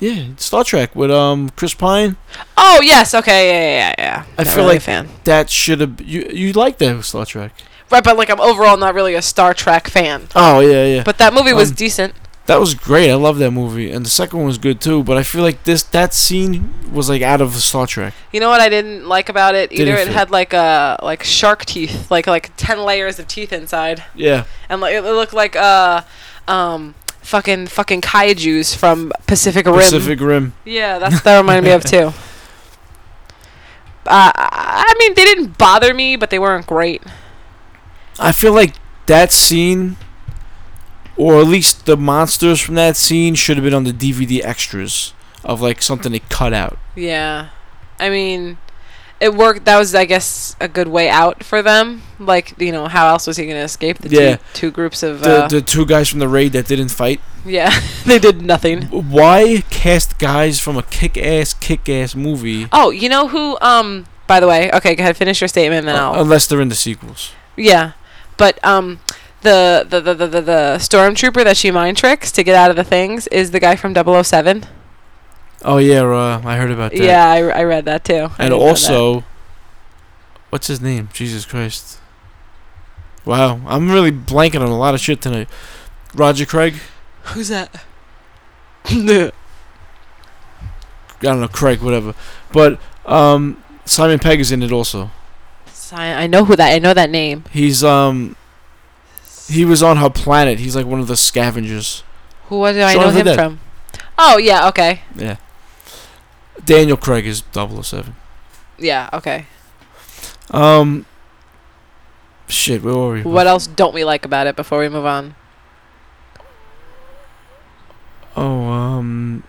Speaker 3: yeah, Star Trek with um Chris Pine.
Speaker 4: Oh yes, okay, yeah, yeah, yeah. yeah.
Speaker 3: I
Speaker 4: Not
Speaker 3: feel
Speaker 4: really a
Speaker 3: like-
Speaker 4: fan.
Speaker 3: That should have you you like that Star Trek.
Speaker 4: Right, but like I'm overall not really a Star Trek fan.
Speaker 3: Oh yeah, yeah.
Speaker 4: But that movie was
Speaker 3: Um,
Speaker 4: decent.
Speaker 3: That was great. I love that movie, and the second one was good too. But I feel like this that scene was like out of Star Trek.
Speaker 4: You know what I didn't like about it either?
Speaker 3: Didn't
Speaker 4: It
Speaker 3: fit.
Speaker 4: had like uh like shark teeth, like like ten layers of teeth inside,
Speaker 3: Yeah,
Speaker 4: and like it looked like uh um fucking fucking kaiju's from Pacific Rim.
Speaker 3: Pacific Rim.
Speaker 4: Yeah, that's that reminded me of too. Uh, I mean, they didn't bother me, but they weren't great.
Speaker 3: I feel like that scene, or at least the monsters from that scene, should have been on the DVD extras of like something they cut out.
Speaker 4: Yeah. I mean, it worked. That was, I guess, a good way out for them. Like, you know, how else was he going to escape the
Speaker 3: Yeah.
Speaker 4: two, two groups of?
Speaker 3: The,
Speaker 4: uh,
Speaker 3: the two guys from the raid that didn't fight.
Speaker 4: yeah, they did nothing.
Speaker 3: Why cast guys from a kick ass, kick ass movie
Speaker 4: Oh, you know who? Um, by the way, okay, go ahead, finish your statement, and
Speaker 3: uh,
Speaker 4: I'll.
Speaker 3: unless they're in the sequels?
Speaker 4: yeah, but um, the the, the the the the stormtrooper that she mind tricks to get out of the things is the guy from 007.
Speaker 3: Oh yeah, uh, I heard about that.
Speaker 4: Yeah, I, I read that too. I
Speaker 3: and
Speaker 4: didn't know that.
Speaker 3: also, what's his name? Jesus Christ! Wow, I'm really blanking on a lot of shit tonight. Roger Craig.
Speaker 4: who's that? yeah,
Speaker 3: I don't know Craig, whatever. But um, Simon Pegg is in it also.
Speaker 4: I know who that. I know that name.
Speaker 3: He's um, he was on her planet. He's like one of the scavengers.
Speaker 4: Who was it? I
Speaker 3: Shaun
Speaker 4: know
Speaker 3: of the
Speaker 4: him
Speaker 3: Dead.
Speaker 4: from. Oh yeah, okay.
Speaker 3: Yeah. Daniel Craig is 007.
Speaker 4: Yeah, okay.
Speaker 3: Um. Shit, where were we?
Speaker 4: What else don't we like about it before we move on?
Speaker 3: Oh, um.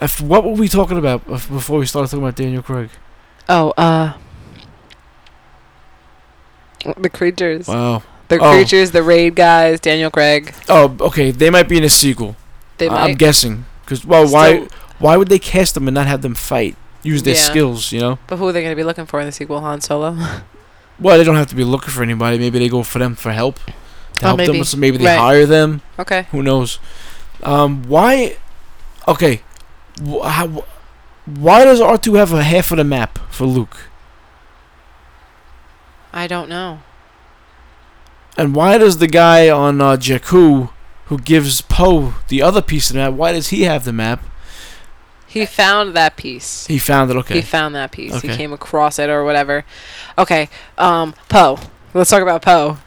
Speaker 3: If, what were we talking about bef- before we started talking about Daniel Craig?
Speaker 4: Oh, uh the creatures.
Speaker 3: Wow.
Speaker 4: The
Speaker 3: Oh.
Speaker 4: creatures, the raid guys, Daniel Craig.
Speaker 3: Oh, okay. They might be in a sequel.
Speaker 4: They
Speaker 3: I-
Speaker 4: might.
Speaker 3: I'm guessing. Because well, why
Speaker 4: Still-
Speaker 3: why would they cast them and not have them fight? Use their
Speaker 4: Yeah.
Speaker 3: skills, you know.
Speaker 4: but who are they going to be looking for in the sequel? Han Solo.
Speaker 3: Well, they don't have to be looking for anybody. Maybe they go for them for help. To
Speaker 4: Oh,
Speaker 3: help
Speaker 4: maybe.
Speaker 3: them, so maybe they
Speaker 4: Right.
Speaker 3: hire them.
Speaker 4: okay.
Speaker 3: Who knows? Um, why? Okay, wh- how, why does R two have a half of the map for Luke?
Speaker 4: I don't know.
Speaker 3: And why does the guy on uh, Jakku, who gives Poe the other piece of the map, why does he have the map?
Speaker 4: He found that piece.
Speaker 3: He found it.
Speaker 4: He
Speaker 3: Okay.
Speaker 4: found that piece. He
Speaker 3: Okay.
Speaker 4: came across it or whatever. Okay. Um Poe. Let's talk about Poe.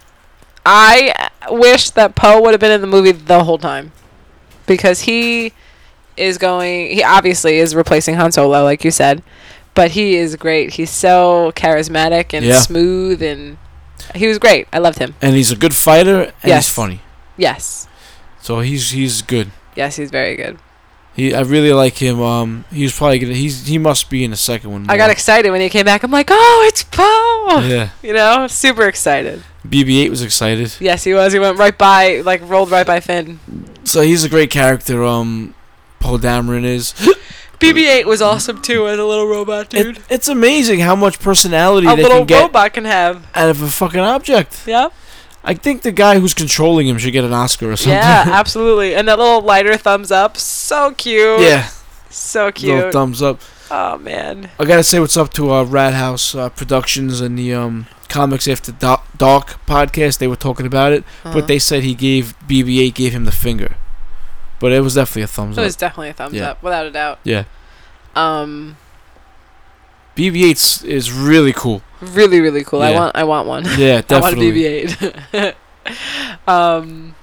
Speaker 4: I uh, wish that Poe would have been in the movie the whole time. Because he is going he obviously is replacing Han Solo like you said, but he is great. He's so charismatic and
Speaker 3: Yeah.
Speaker 4: smooth and he was great. I loved him.
Speaker 3: and he's a good fighter, and
Speaker 4: Yes.
Speaker 3: he's funny.
Speaker 4: Yes.
Speaker 3: So he's he's good.
Speaker 4: Yes, he's very good.
Speaker 3: He I really like him. Um, he's probably gonna he's he must be in the second one.
Speaker 4: I got excited when he came back. I'm like, "Oh, it's Poe."
Speaker 3: Yeah.
Speaker 4: You know, super excited.
Speaker 3: BB-8 was excited.
Speaker 4: Yes, he was. He went right by, like rolled right by Finn.
Speaker 3: So he's a great character. Um, Paul Dameron is.
Speaker 4: BB-8 was awesome too as a little robot
Speaker 3: It-
Speaker 4: dude.
Speaker 3: it's amazing how much personality
Speaker 4: a
Speaker 3: they
Speaker 4: little
Speaker 3: can get
Speaker 4: robot can have.
Speaker 3: out of a fucking object.
Speaker 4: Yeah.
Speaker 3: I think the guy who's controlling him should get an Oscar or something.
Speaker 4: Yeah, absolutely. And that little lighter thumbs up, so cute.
Speaker 3: yeah.
Speaker 4: So
Speaker 3: Little
Speaker 4: cute.
Speaker 3: thumbs up.
Speaker 4: Oh man.
Speaker 3: I gotta say what's up to uh, Rat House uh, Productions and the um, Comics After Do- Dark podcast. They were talking about it,
Speaker 4: Uh-huh.
Speaker 3: but they said he gave BB-8 gave him the finger, but it was definitely a thumbs
Speaker 4: It
Speaker 3: up.
Speaker 4: was definitely a thumbs
Speaker 3: Yeah.
Speaker 4: up, without a doubt.
Speaker 3: Yeah.
Speaker 4: Um,
Speaker 3: BB-8 is really cool.
Speaker 4: really, really cool. I
Speaker 3: Yeah.
Speaker 4: want, I want one.
Speaker 3: Yeah,
Speaker 4: I want a
Speaker 3: definitely.
Speaker 4: BB-8. um.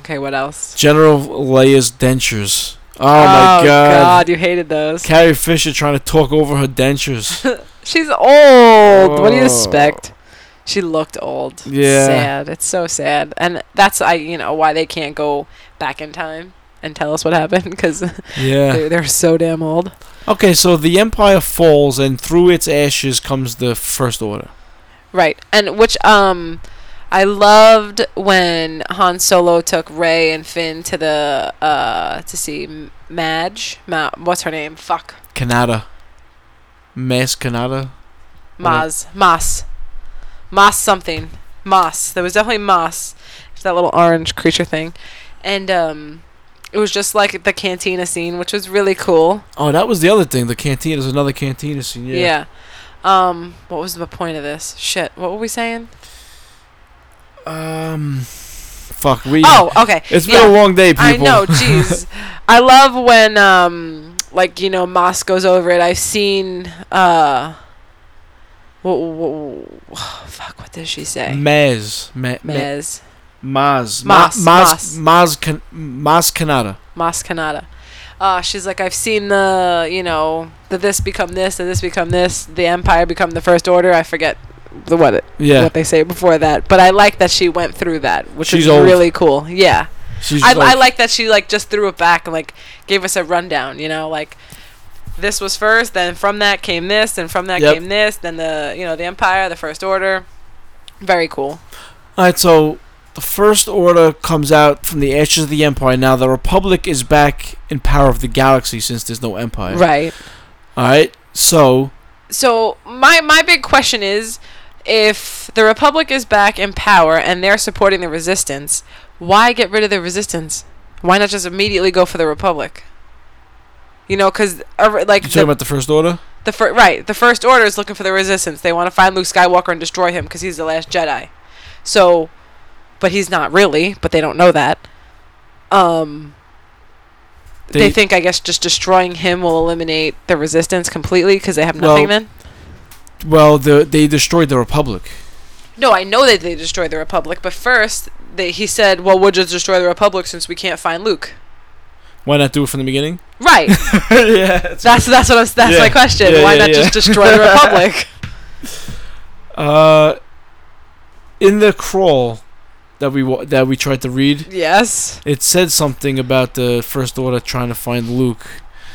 Speaker 4: Okay, what else?
Speaker 3: General Leia's dentures. Oh, my god.
Speaker 4: you hated those.
Speaker 3: Carrie Fisher trying to talk over her dentures.
Speaker 4: She's old. What do you
Speaker 3: Oh.
Speaker 4: expect? She looked old.
Speaker 3: Yeah.
Speaker 4: Sad. It's so sad. And that's I you know why they can't go back in time and tell us what happened cuz
Speaker 3: yeah.
Speaker 4: they, they're so damn old.
Speaker 3: Okay, so the Empire falls, and through its ashes comes the First Order.
Speaker 4: Right. And which um I loved when Han Solo took Ray and Finn to the uh to see M- Madge. Ma- what's her name? Fuck.
Speaker 3: Kanata. Mass Kanata. Right.
Speaker 4: Maz. Mas. Mas something. Mas. There was definitely Mas. It's that little orange creature thing. And um it was just like the cantina scene, which was really cool.
Speaker 3: Oh, that was the other thing. The canteen is another cantina scene. Yeah.
Speaker 4: Yeah. Um what was the point of this? Shit. What were we saying?
Speaker 3: Um. Fuck. We.
Speaker 4: Oh, okay.
Speaker 3: It's
Speaker 4: Yeah.
Speaker 3: been a long day, people.
Speaker 4: I know, jeez. I love when um like you know Moss goes over it. I've seen uh wha- wha- wha- fuck what does she say?
Speaker 3: Maz. Ma- Ma-
Speaker 4: Mez.
Speaker 3: Maz.
Speaker 4: Mas,
Speaker 3: Maz. Maz. Kan- Maz Kanata.
Speaker 4: Mas Kanata. Uh, she's like, I've seen the, you know, the this become this, the this become this, the Empire become the First Order. I forget the what it,
Speaker 3: Yeah.
Speaker 4: what they say before that, but I like that she went through that, which
Speaker 3: She's
Speaker 4: is
Speaker 3: old.
Speaker 4: really cool. Yeah,
Speaker 3: She's
Speaker 4: I,
Speaker 3: like,
Speaker 4: I like that she like just threw it back and like gave us a rundown. You know, like this was first, then from that came this, and from that
Speaker 3: Yep.
Speaker 4: came this, then the you know the Empire, the First Order. Very cool.
Speaker 3: All right, so the First Order comes out from the ashes of the Empire. Now the Republic is back in power of the galaxy since there's no Empire.
Speaker 4: Right.
Speaker 3: All right, so
Speaker 4: So my my big question is, if the Republic is back in power and they're supporting the Resistance, why get rid of the Resistance? Why not just immediately go for the Republic? You know, because like
Speaker 3: you
Speaker 4: the-
Speaker 3: talking about the First Order?
Speaker 4: The fir- right, the first order is looking for the resistance. They want to find Luke Skywalker and destroy him because he's the last Jedi. So, but he's not really. But they don't know that. Um, they,
Speaker 3: They-
Speaker 4: think I guess just destroying him will eliminate the resistance completely because they have
Speaker 3: Well-
Speaker 4: nothing then.
Speaker 3: Well, the, they destroyed the Republic.
Speaker 4: No, I know that they destroy the Republic, but first they, he said, "Well, we'll just destroy the Republic since we can't find Luke."
Speaker 3: Why not do it from the beginning?
Speaker 4: Right.
Speaker 3: yeah.
Speaker 4: that's that's what I was, that's
Speaker 3: Yeah.
Speaker 4: my question.
Speaker 3: Yeah,
Speaker 4: Why
Speaker 3: yeah,
Speaker 4: not
Speaker 3: yeah.
Speaker 4: just destroy the Republic?
Speaker 3: Uh, in the crawl that we wa- that we tried to read,
Speaker 4: yes.
Speaker 3: it said something about the First Order trying to find Luke.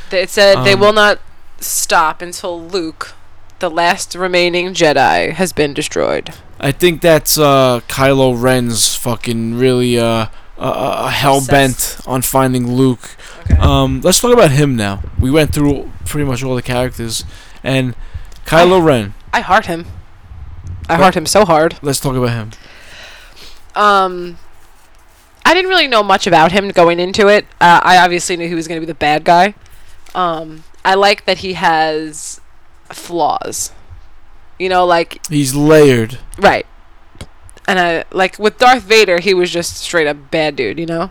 Speaker 4: They- It said they
Speaker 3: Um,
Speaker 4: will not stop until Luke, the last remaining Jedi, has been destroyed.
Speaker 3: I think that's uh, Kylo Ren's fucking really uh, uh, uh, hell bent on finding Luke.
Speaker 4: Okay.
Speaker 3: Um, let's talk about him now. We went through pretty much all the characters, and Kylo Ren.
Speaker 4: I heart him. I heart him so hard.
Speaker 3: Let's talk about him.
Speaker 4: Um, I didn't really know much about him going into it. Uh, I obviously knew he was going to be the bad guy. Um, I like that he has flaws. You know, like
Speaker 3: He's layered.
Speaker 4: right. And I like with Darth Vader, he was just straight up bad dude. You know.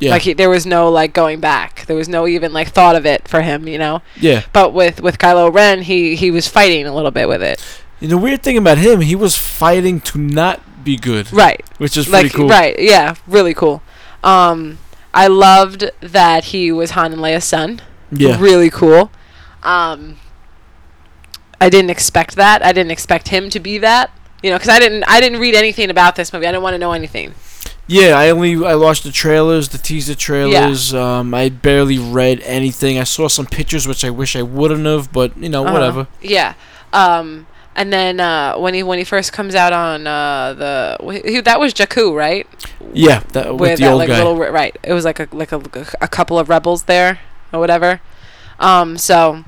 Speaker 3: Yeah.
Speaker 4: Like he, there was no like going back. There was no even like thought of it for him, you know.
Speaker 3: yeah.
Speaker 4: But with with Kylo Ren, he he was fighting a little bit with it.
Speaker 3: And the weird thing about him, he was fighting to not be good,
Speaker 4: Right.
Speaker 3: which is pretty
Speaker 4: Like
Speaker 3: cool.
Speaker 4: right. Yeah, really cool. Um I loved that he was Han and Leia's son.
Speaker 3: Yeah.
Speaker 4: Really cool. Um I didn't expect that. I didn't expect him to be that. You know, cuz I didn't I didn't read anything about this movie. I didn't want to know anything.
Speaker 3: Yeah, I only I watched the trailers, the teaser trailers. Um, I barely read anything. I saw some pictures, which I wish I wouldn't have, but you know,
Speaker 4: Uh-huh.
Speaker 3: Oh, whatever.
Speaker 4: Yeah. Um and then uh, when he when he first comes out on uh, the wh- he, that was Jakku, right?
Speaker 3: Yeah, that,
Speaker 4: where
Speaker 3: with the
Speaker 4: that
Speaker 3: old
Speaker 4: like
Speaker 3: guy.
Speaker 4: little re- right it was like a like a, a couple of rebels there or whatever um so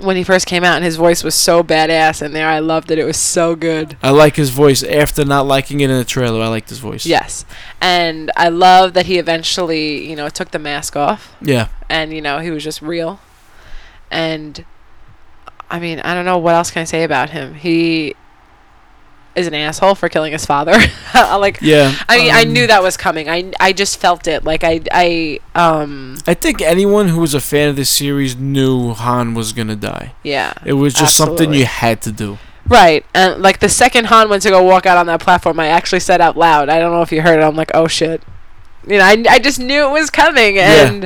Speaker 4: when he first came out and his voice was so badass in there i loved it it was so good
Speaker 3: I like his voice. After not liking it in the trailer, I liked his voice.
Speaker 4: yes and i love that he eventually you know took the mask off
Speaker 3: Yeah.
Speaker 4: and you know he was just real and i mean i don't know what else can i say about him he is an asshole for killing his father like
Speaker 3: Yeah.
Speaker 4: I mean, I
Speaker 3: um,
Speaker 4: knew that was coming. I, I just felt it. Like I I um
Speaker 3: I think anyone who was a fan of this series knew Han was gonna die.
Speaker 4: yeah.
Speaker 3: It was just something
Speaker 4: Absolutely.
Speaker 3: you had to do.
Speaker 4: Right. And like the second Han went to go walk out on that platform, I actually said out loud. I don't know if you heard it. I'm like, "Oh shit." You know, I I just knew it was coming
Speaker 3: Yeah.
Speaker 4: and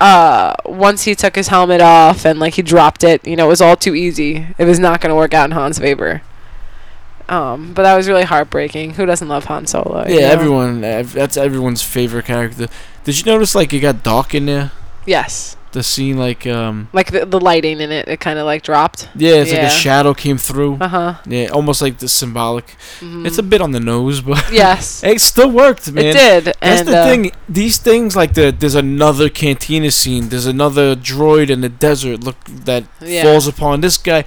Speaker 4: uh once he took his helmet off and like he dropped it, you know, it was all too easy. It was not going to work out in Han's favor. Um, but that was really heartbreaking. Who doesn't love Han Solo? you
Speaker 3: yeah,
Speaker 4: know?
Speaker 3: everyone. ev- That's everyone's favorite character. Did you notice like it got dark in there?
Speaker 4: Yes.
Speaker 3: The scene like um.
Speaker 4: Like the, the lighting in it, it kind of like dropped.
Speaker 3: Yeah, it's like
Speaker 4: Yeah.
Speaker 3: a shadow came through.
Speaker 4: Uh-huh.
Speaker 3: Yeah, almost like the symbolic.
Speaker 4: Mhm.
Speaker 3: It's a bit on the nose, but
Speaker 4: Mm-hmm. Yes.
Speaker 3: it still worked, man.
Speaker 4: It did.
Speaker 3: That's
Speaker 4: and
Speaker 3: the
Speaker 4: uh,
Speaker 3: thing. These things like the there's another cantina scene. There's another droid in the desert. Look that
Speaker 4: Yeah.
Speaker 3: falls upon this guy,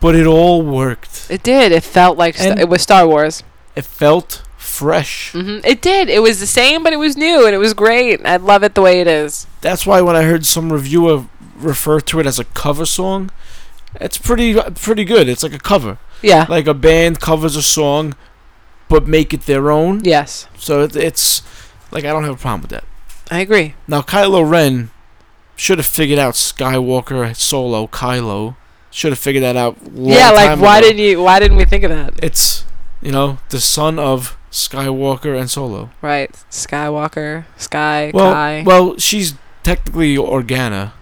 Speaker 3: but it all worked.
Speaker 4: uh, It did. It felt like st-
Speaker 3: And-
Speaker 4: it was Star Wars.
Speaker 3: It felt fresh.
Speaker 4: hmm It did. It was the same, but it was new, and it was great. I love it the way it is.
Speaker 3: That's why when I heard some reviewer refer to it as a cover song, it's pretty pretty good. It's like a cover,
Speaker 4: Yeah.
Speaker 3: like a band covers a song, but make it their own.
Speaker 4: yes,
Speaker 3: So it, it's like I don't have a problem with that.
Speaker 4: I agree.
Speaker 3: Now Kylo Ren should have figured out Skywalker Solo Kylo. Should have figured that out. Long
Speaker 4: yeah. Like,
Speaker 3: time
Speaker 4: why
Speaker 3: ago.
Speaker 4: didn't you? Why didn't we think of that?
Speaker 3: it's you know the son of Skywalker and Solo?
Speaker 4: Right. Skywalker. Sky.
Speaker 3: Well,
Speaker 4: Kai.
Speaker 3: well, she's technically Organa,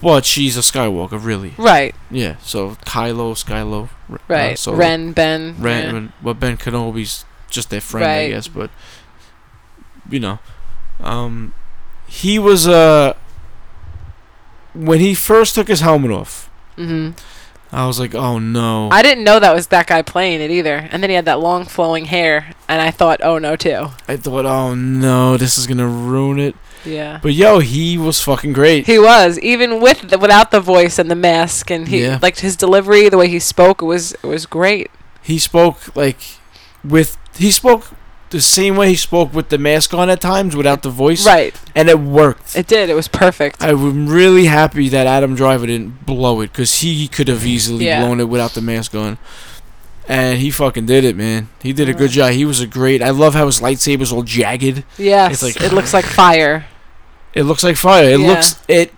Speaker 3: but she's a Skywalker, really.
Speaker 4: right.
Speaker 3: Yeah. So Kylo, Skylo, R- uh,
Speaker 4: Right.
Speaker 3: Solo.
Speaker 4: Ren. Ben.
Speaker 3: Ren,
Speaker 4: yeah.
Speaker 3: Ren- Well, Ben Kenobi's just their friend, I
Speaker 4: Right.
Speaker 3: guess, but you know, um, he was a uh, when he first took his helmet off,
Speaker 4: hmm
Speaker 3: I was like, oh no.
Speaker 4: I didn't know that was that guy playing it either. And then he had that long flowing hair, and I thought, oh no, too.
Speaker 3: I thought, oh no, this is gonna ruin it.
Speaker 4: Yeah.
Speaker 3: But yo, he was fucking great.
Speaker 4: He was even with the, without the voice and the mask, and he
Speaker 3: Yeah.
Speaker 4: like his delivery, the way he spoke it was it was great.
Speaker 3: He spoke like with he spoke the same way he spoke with the mask on at times without the voice,
Speaker 4: Right,
Speaker 3: and it worked.
Speaker 4: it did. It was perfect.
Speaker 3: I'm really happy that Adam Driver didn't blow it because he could have easily
Speaker 4: Yeah.
Speaker 3: blown it without the mask on. And he fucking did it, man. He did a good job. He was a great. I love how his lightsaber's all jagged.
Speaker 4: yes,
Speaker 3: like-
Speaker 4: it looks like fire.
Speaker 3: It looks like fire. It
Speaker 4: Yeah.
Speaker 3: looks it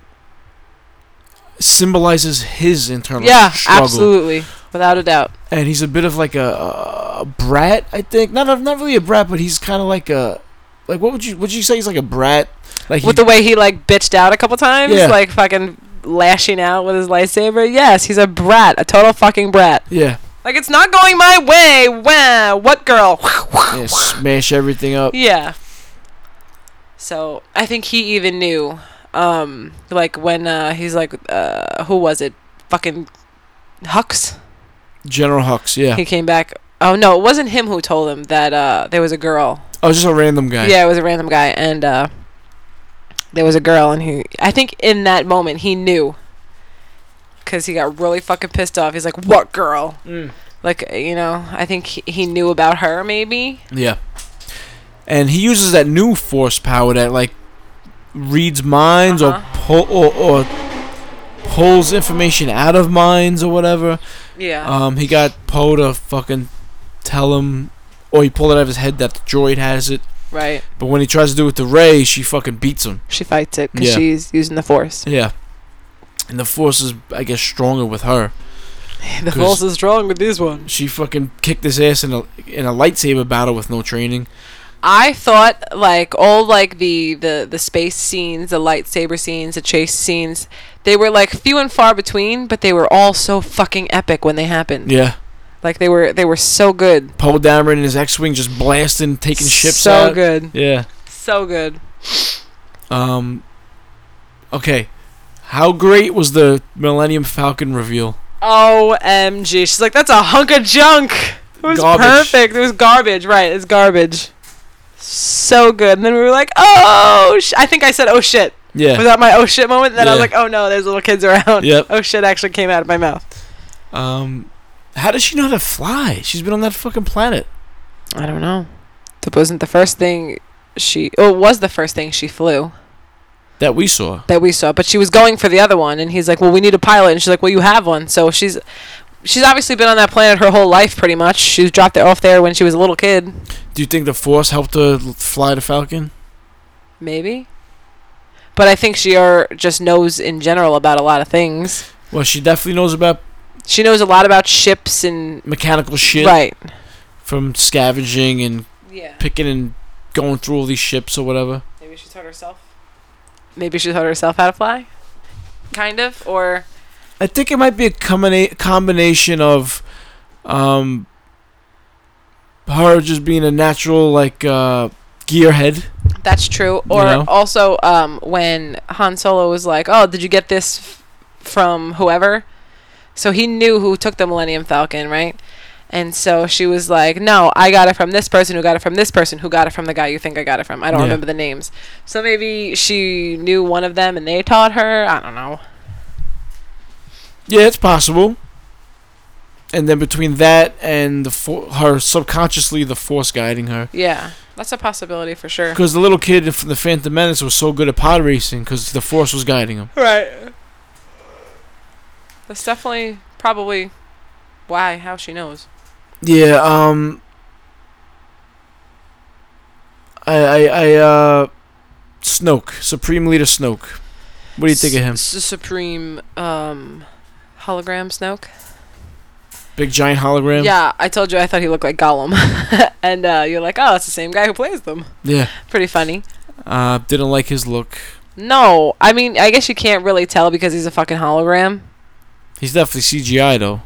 Speaker 3: symbolizes his internal
Speaker 4: Yeah,
Speaker 3: struggle.
Speaker 4: absolutely, without a doubt.
Speaker 3: And he's a bit of like a, a brat, I think. Not a, not really a brat, but he's kind of like a like what would you would you say he's like a brat? Like he,
Speaker 4: with the way he like bitched out a couple times,
Speaker 3: Yeah.
Speaker 4: like fucking lashing out with his lightsaber. Yes, he's a brat, a total fucking brat.
Speaker 3: yeah,
Speaker 4: Like it's not going my way. Wow, what girl?
Speaker 3: yeah, smash everything up.
Speaker 4: Yeah. So I think he even knew, um, like when uh, he's like, uh, who was it? Fucking Hux.
Speaker 3: General Hux, yeah.
Speaker 4: He came back. Oh no, it wasn't him who told him that uh, there was a girl.
Speaker 3: I was Oh, just a random guy.
Speaker 4: Yeah, it was a random guy, and uh, there was a girl, and he. I think in that moment he knew, because he got really fucking pissed off. He's like, "What girl?"
Speaker 3: Mm.
Speaker 4: Like uh, you know, I think he, he knew about her maybe.
Speaker 3: Yeah. And he uses that new force power that like reads minds or pull or, or pulls information out of minds or whatever.
Speaker 4: Yeah.
Speaker 3: Um, he got Poe to fucking tell him, or he pulled it out of his head that the droid has it.
Speaker 4: right.
Speaker 3: But when he tries to do it to Ray, she fucking beats him.
Speaker 4: She fights it because
Speaker 3: Yeah.
Speaker 4: she's using the force.
Speaker 3: Yeah. And the force is, I guess, stronger with her.
Speaker 4: the
Speaker 3: 'Cause- force
Speaker 4: is strong with this one.
Speaker 3: She fucking kicked his ass in a in a lightsaber battle with no training.
Speaker 4: I thought like all like the the the space scenes, the lightsaber scenes, the chase scenes, they were like few and far between, but they were all so fucking epic when they happened.
Speaker 3: Yeah.
Speaker 4: Like they were they were so good.
Speaker 3: Poe Dameron and his X-wing just blasting, taking ships
Speaker 4: so
Speaker 3: out.
Speaker 4: good.
Speaker 3: Yeah.
Speaker 4: So good.
Speaker 3: Um. Okay. How great was the Millennium Falcon reveal?
Speaker 4: OMG. She's like, that's a hunk of junk. It was
Speaker 3: Garbage.
Speaker 4: perfect. It was garbage. Right. It's garbage. So good. And then we were like, oh, sh-. I think I said, oh shit.
Speaker 3: Yeah.
Speaker 4: Was that my oh shit moment? And then I was
Speaker 3: Yeah.
Speaker 4: like, oh no, there's little kids around.
Speaker 3: Yep.
Speaker 4: Oh shit actually came out of my mouth.
Speaker 3: Um, how does she know how to fly? She's been on that fucking planet.
Speaker 4: I don't know. That wasn't the first thing she. Oh, it was the first thing she flew
Speaker 3: That we saw.
Speaker 4: that we saw. But she was going for the other one, and he's like, well, we need a pilot. And she's like, well, you have one. So she's. She's obviously been on that planet her whole life, pretty much. She was dropped off there when she was a little kid.
Speaker 3: Do you think the Force helped her l- fly the Falcon?
Speaker 4: Maybe. But I think she are, just knows in general about a lot of things.
Speaker 3: Well, she definitely knows about
Speaker 4: She knows a lot about ships and
Speaker 3: mechanical shit
Speaker 4: right.
Speaker 3: from scavenging and
Speaker 4: Yeah.
Speaker 3: picking and going through all these ships or whatever.
Speaker 4: Maybe she taught herself. Maybe she taught herself how to fly. Kind of, or
Speaker 3: I think it might be a combina- combination of, um, her just being a natural like uh, gearhead.
Speaker 4: that's true. Or
Speaker 3: know?
Speaker 4: also, um, when Han Solo was like, "Oh, did you get this f- from whoever?" So he knew who took the Millennium Falcon, right? And so she was like, "No, I got it from this person who got it from this person who got it from the guy you think I got it from. I don't
Speaker 3: Yeah.
Speaker 4: remember the names." So maybe she knew one of them and they taught her. I don't know.
Speaker 3: Yeah, it's possible. And then between that and the for- her subconsciously the Force guiding her.
Speaker 4: Yeah, that's a possibility for sure.
Speaker 3: Because the little kid from the Phantom Menace was so good at pod racing because the Force was guiding him.
Speaker 4: Right. That's definitely probably why, how she knows.
Speaker 3: Yeah. Um. I I I uh, Snoke, Supreme Leader Snoke. What do you think of him?
Speaker 4: Supreme um, hologram Snoke.
Speaker 3: Big giant hologram.
Speaker 4: Yeah, I told you I thought he looked like Gollum, and uh, you're like, oh, it's the same guy who plays them.
Speaker 3: Yeah.
Speaker 4: Pretty funny.
Speaker 3: Uh, didn't like his look.
Speaker 4: No, I mean, I guess you can't really tell because he's a fucking hologram.
Speaker 3: He's definitely CGI though.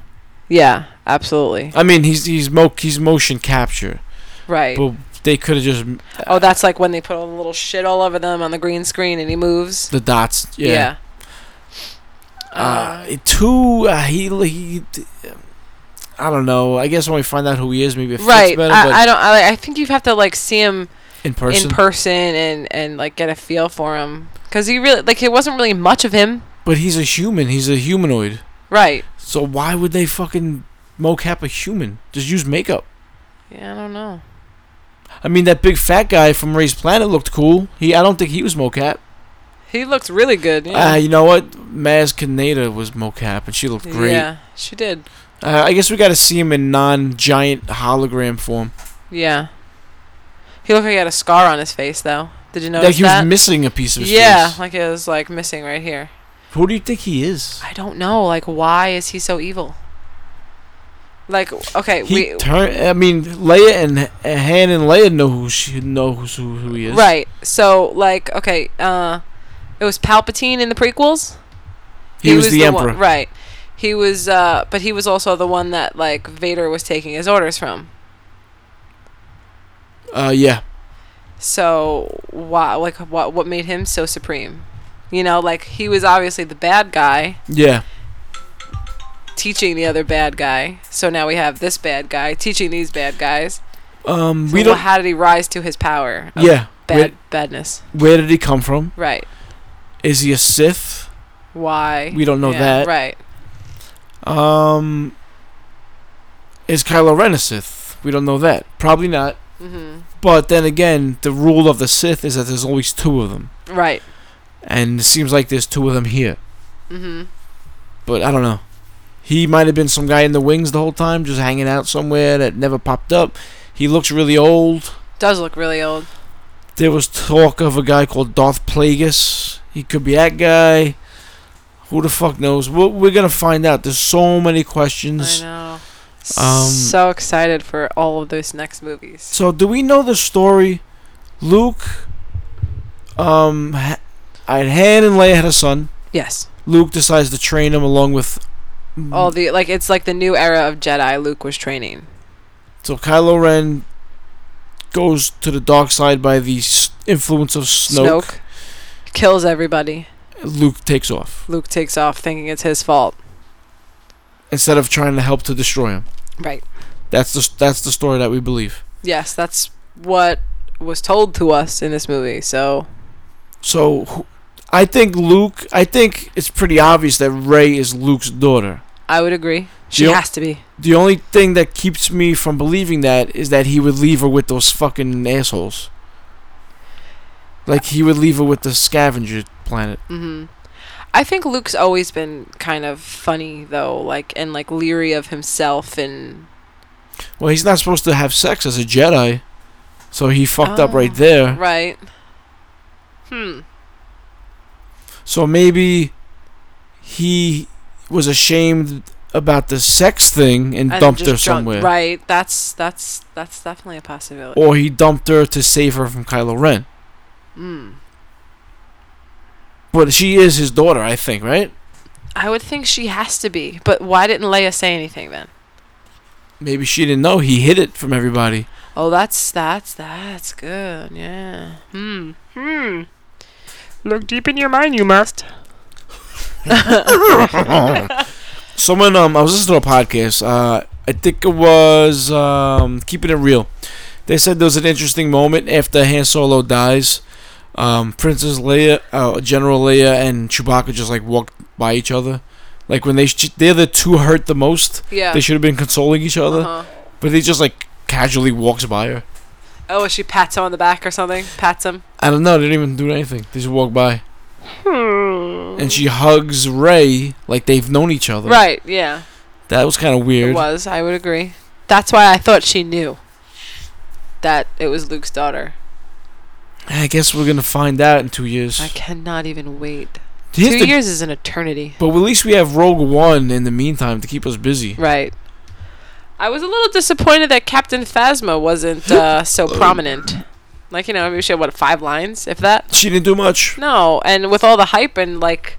Speaker 4: Yeah, absolutely.
Speaker 3: I mean, he's he's mo he's motion capture,
Speaker 4: Right.
Speaker 3: but they could have just
Speaker 4: oh, that's like when they put all the little shit all over them on the green screen and he moves.
Speaker 3: the dots. Yeah. Uh, two, uh, he, he, I don't know. I guess when we find out who he is, maybe it fits
Speaker 4: right.
Speaker 3: better. but
Speaker 4: I, I don't. I, I think you have to like see him
Speaker 3: in person,
Speaker 4: in person and and like get a feel for him because he really like it wasn't really much of him.
Speaker 3: but he's a human. He's a humanoid.
Speaker 4: Right.
Speaker 3: So why would they fucking mocap a human? Just use makeup.
Speaker 4: Yeah, I don't know.
Speaker 3: I mean, that big fat guy from Ray's Planet looked cool. He, I don't think he was mocap.
Speaker 4: He looks really good.
Speaker 3: Ah,
Speaker 4: Yeah.
Speaker 3: you know what? Maz Kaneda was mocap, and she looked great.
Speaker 4: Yeah, she did.
Speaker 3: Uh, I guess we got to see him in non-giant hologram form.
Speaker 4: Yeah. He looked like he had a scar on his face though. Did you
Speaker 3: like
Speaker 4: notice
Speaker 3: he was
Speaker 4: that?
Speaker 3: missing a piece of his
Speaker 4: yeah,
Speaker 3: face.
Speaker 4: like it was like missing right here.
Speaker 3: Who do you think he is?
Speaker 4: I don't know. Like, why is he so evil? Like, okay,
Speaker 3: He
Speaker 4: we
Speaker 3: turn. I mean, Leia and uh, Han and Leia know who she knows who who he is.
Speaker 4: right. So, like, okay, uh, it was Palpatine in the prequels.
Speaker 3: He, was, the, emperor.
Speaker 4: One, right. He was, uh, but he was also the one that like Vader was taking his orders from.
Speaker 3: Uh, yeah.
Speaker 4: So why, like, what, what made him so supreme? You know, like he was obviously the bad guy
Speaker 3: Yeah.
Speaker 4: teaching the other bad guy. So now we have this bad guy teaching these bad guys.
Speaker 3: Um,
Speaker 4: So
Speaker 3: we
Speaker 4: wh-
Speaker 3: don't.
Speaker 4: How did he rise to his power? of
Speaker 3: Yeah.
Speaker 4: Bad badness.
Speaker 3: Where, where did he come from?
Speaker 4: Right.
Speaker 3: Is he a Sith?
Speaker 4: Why?
Speaker 3: We don't know
Speaker 4: Yeah,
Speaker 3: that.
Speaker 4: Right.
Speaker 3: Um, is Kylo Ren a Sith? We don't know that. Probably not.
Speaker 4: hmm
Speaker 3: But then again, the rule of the Sith is that there's always two of them,
Speaker 4: Right.
Speaker 3: and it seems like there's two of them here.
Speaker 4: hmm
Speaker 3: But I don't know. He might have been some guy in the wings the whole time, just hanging out somewhere that never popped up. He looks really old.
Speaker 4: Does look really old.
Speaker 3: There was talk of a guy called Darth Plagueis. He could be that guy. Who the fuck knows? We're, we're gonna find out. There's so many
Speaker 4: I
Speaker 3: questions.
Speaker 4: know.
Speaker 3: Um,
Speaker 4: so excited for all of those next movies.
Speaker 3: So, do we know the story? Luke, um, ha- I Han and Leia had a son.
Speaker 4: Yes.
Speaker 3: Luke decides to train him along with. mm,
Speaker 4: All the like it's like the new era of Jedi Luke was training.
Speaker 3: So Kylo Ren goes to the dark side by the s- influence of Snoke.
Speaker 4: Snoke kills everybody.
Speaker 3: Luke takes off
Speaker 4: Luke takes off thinking it's his fault.
Speaker 3: instead of trying to help to destroy him.
Speaker 4: Right.
Speaker 3: That's the that's the story that we believe.
Speaker 4: Yes, that's what was told to us in this movie. So
Speaker 3: So who- I think Luke. I think it's pretty obvious that Rey is Luke's daughter.
Speaker 4: I would agree. She
Speaker 3: Yep.
Speaker 4: has to be.
Speaker 3: The only thing that keeps me from believing that is that he would leave her with those fucking assholes. Like he would leave her with the scavenger planet.
Speaker 4: hmm I think Luke's always been kind of funny though, like and like leery of himself and
Speaker 3: Well, he's not supposed to have sex as a Jedi, so he fucked up
Speaker 4: Oh.
Speaker 3: right there.
Speaker 4: right. Hmm.
Speaker 3: So maybe he was ashamed about the sex thing and,
Speaker 4: And
Speaker 3: dumped
Speaker 4: just
Speaker 3: her
Speaker 4: drunk-
Speaker 3: somewhere.
Speaker 4: Right. That's that's that's definitely a possibility.
Speaker 3: Or he dumped her to save her from Kylo Ren.
Speaker 4: Mm.
Speaker 3: But she is his daughter, I think, right?
Speaker 4: I would think she has to be, but why didn't Leia say anything then?
Speaker 3: Maybe she didn't know he hid it from everybody.
Speaker 4: Oh, that's that's that's good. Yeah. Hmm. Hmm. Look deep in your mind, you must.
Speaker 3: Someone, um, I was listening to a podcast. Uh, I think it was um, Keeping It Real. They said there was an interesting moment after Han Solo dies. Um, Princess Leia, uh, General Leia, and Chewbacca just like walked by each other. Like when they sh- they're the two hurt the most.
Speaker 4: Yeah.
Speaker 3: They should have been consoling each other,
Speaker 4: Uh. uh-huh.
Speaker 3: but he just like casually walks by her.
Speaker 4: Oh, she pats him on the back or something. Pats him.
Speaker 3: I don't know. They didn't even do anything. They just walk by.
Speaker 4: Hmm.
Speaker 3: And she hugs Ray like they've known each other.
Speaker 4: Right. Yeah.
Speaker 3: That was kind of
Speaker 4: It
Speaker 3: weird.
Speaker 4: was. I would agree. That's why I thought she knew that it was Luke's daughter.
Speaker 3: I guess we're gonna find out in two years.
Speaker 4: I cannot even wait.
Speaker 3: Here's
Speaker 4: Two
Speaker 3: the-
Speaker 4: years is an eternity.
Speaker 3: But at least we have Rogue One in the meantime to keep us busy.
Speaker 4: Right. I was a little disappointed that Captain Phasma wasn't uh, so
Speaker 3: Oh.
Speaker 4: prominent. Like you know, maybe she had what five lines, if that.
Speaker 3: She didn't do much
Speaker 4: No, and with all the hype and like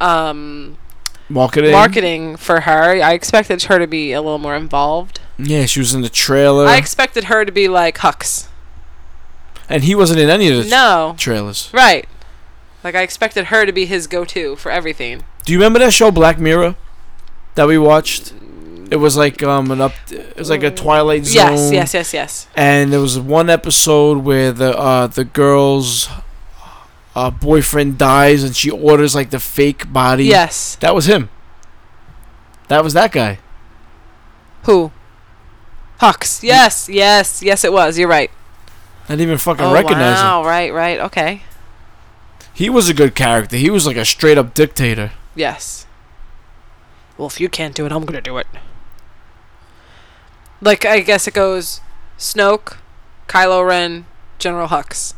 Speaker 4: um
Speaker 3: marketing.
Speaker 4: marketing for her, I expected her to be a little more involved.
Speaker 3: Yeah, she was in the trailer,
Speaker 4: I expected her to be like Hux.
Speaker 3: and he wasn't in any of the
Speaker 4: No.
Speaker 3: trailers.
Speaker 4: Right. Like I expected her to be his go-to for everything.
Speaker 3: Do you remember that show Black Mirror that we watched? It was like um an up. It was like a Twilight Zone.
Speaker 4: Yes, yes, yes, yes.
Speaker 3: And there was one episode where the uh the girl's uh, boyfriend dies, and she orders like the fake body.
Speaker 4: Yes.
Speaker 3: That was him. That was that guy.
Speaker 4: Who? Hux. Yes, yes, yes. It was. You're right.
Speaker 3: I didn't even fucking
Speaker 4: Oh
Speaker 3: recognize him.
Speaker 4: wow! Right, right. Okay.
Speaker 3: He was a good character. He was like a straight up dictator.
Speaker 4: Yes. Well, if you can't do it, I'm gonna do it. Like I guess it goes Snoke, Kylo Ren, General Hux.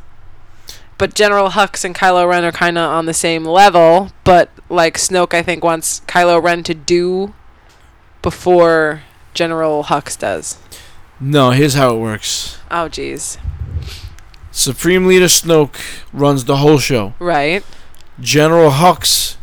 Speaker 4: But General Hux and Kylo Ren are kind of on the same level, but like Snoke I think wants Kylo Ren to do before General Hux does.
Speaker 3: No, here's how it works.
Speaker 4: Oh jeez.
Speaker 3: Supreme Leader Snoke runs the whole show.
Speaker 4: Right.
Speaker 3: General Hux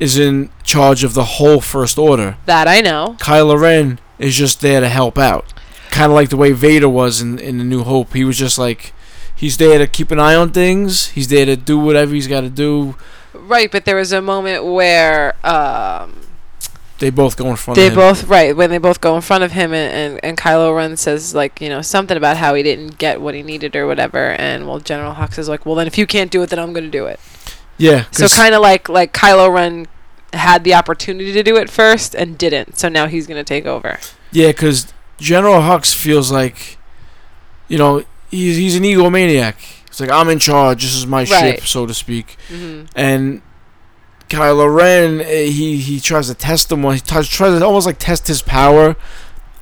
Speaker 3: is in charge of the whole First Order.
Speaker 4: That I know.
Speaker 3: Kylo Ren is just there to help out. Kind of like the way Vader was in, in The New Hope. He was just like, he's there to keep an eye on things, he's there to do whatever he's got to do.
Speaker 4: Right, but there was a moment where um
Speaker 3: They both go in front
Speaker 4: They
Speaker 3: of him.
Speaker 4: both right when they both go in front of him, and, and and Kylo Ren says like you know something about how he didn't get what he needed or whatever, and well General Hux is like, well then if you can't do it, then I'm gonna do it.
Speaker 3: yeah.
Speaker 4: So
Speaker 3: 'cause-
Speaker 4: kind of like like Kylo Ren had the opportunity to do it first and didn't, so now he's gonna take over.
Speaker 3: Yeah, because General Hux feels like, you know, he's, he's an egomaniac. He's like, I'm in charge. This is my
Speaker 4: Right.
Speaker 3: ship, so to speak.
Speaker 4: hmm
Speaker 3: And Kylo Ren, eh, he he tries to test him. He tries, tries to almost like test his power.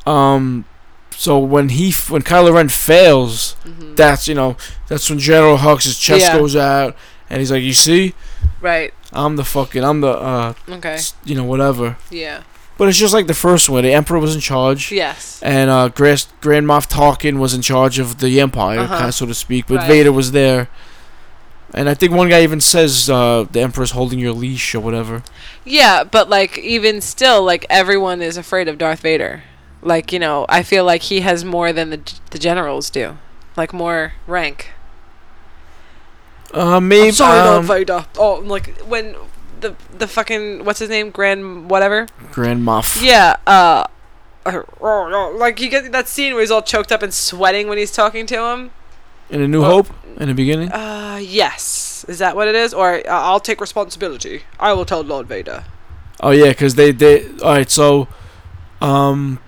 Speaker 3: Um, so when he f- when Kylo Ren fails,
Speaker 4: hmm
Speaker 3: that's you know that's when General Hux's chest
Speaker 4: Yeah.
Speaker 3: goes out, and he's like, you see,
Speaker 4: Right.
Speaker 3: I'm the fucking I'm the uh
Speaker 4: Okay.
Speaker 3: s- you know whatever.
Speaker 4: Yeah.
Speaker 3: But it's just like the first one. The Emperor was in charge
Speaker 4: Yes.
Speaker 3: and uh, Grand, Grand Moff Tarkin was in charge of the Empire,
Speaker 4: Uh-huh.
Speaker 3: kind of, so to speak. But
Speaker 4: Right.
Speaker 3: Vader was there, and I think one guy even says uh, the Emperor's holding your leash or whatever.
Speaker 4: Yeah, but like even still, like everyone is afraid of Darth Vader. Like you know, I feel like he has more than the the generals do, like more rank.
Speaker 3: Uh, maybe
Speaker 4: I'm sorry,
Speaker 3: um,
Speaker 4: Darth Vader. Oh, like when the the fucking what's his name, Grand whatever.
Speaker 3: Grand Moff.
Speaker 4: Yeah. Uh, uh, like you get that scene where he's all choked up and sweating when he's talking to him.
Speaker 3: In A New
Speaker 4: Well-
Speaker 3: Hope, in the beginning.
Speaker 4: Uh, yes. Is that what it is? Or uh, I'll take responsibility. I will tell Lord Vader.
Speaker 3: Oh yeah, because they they all right. So, um,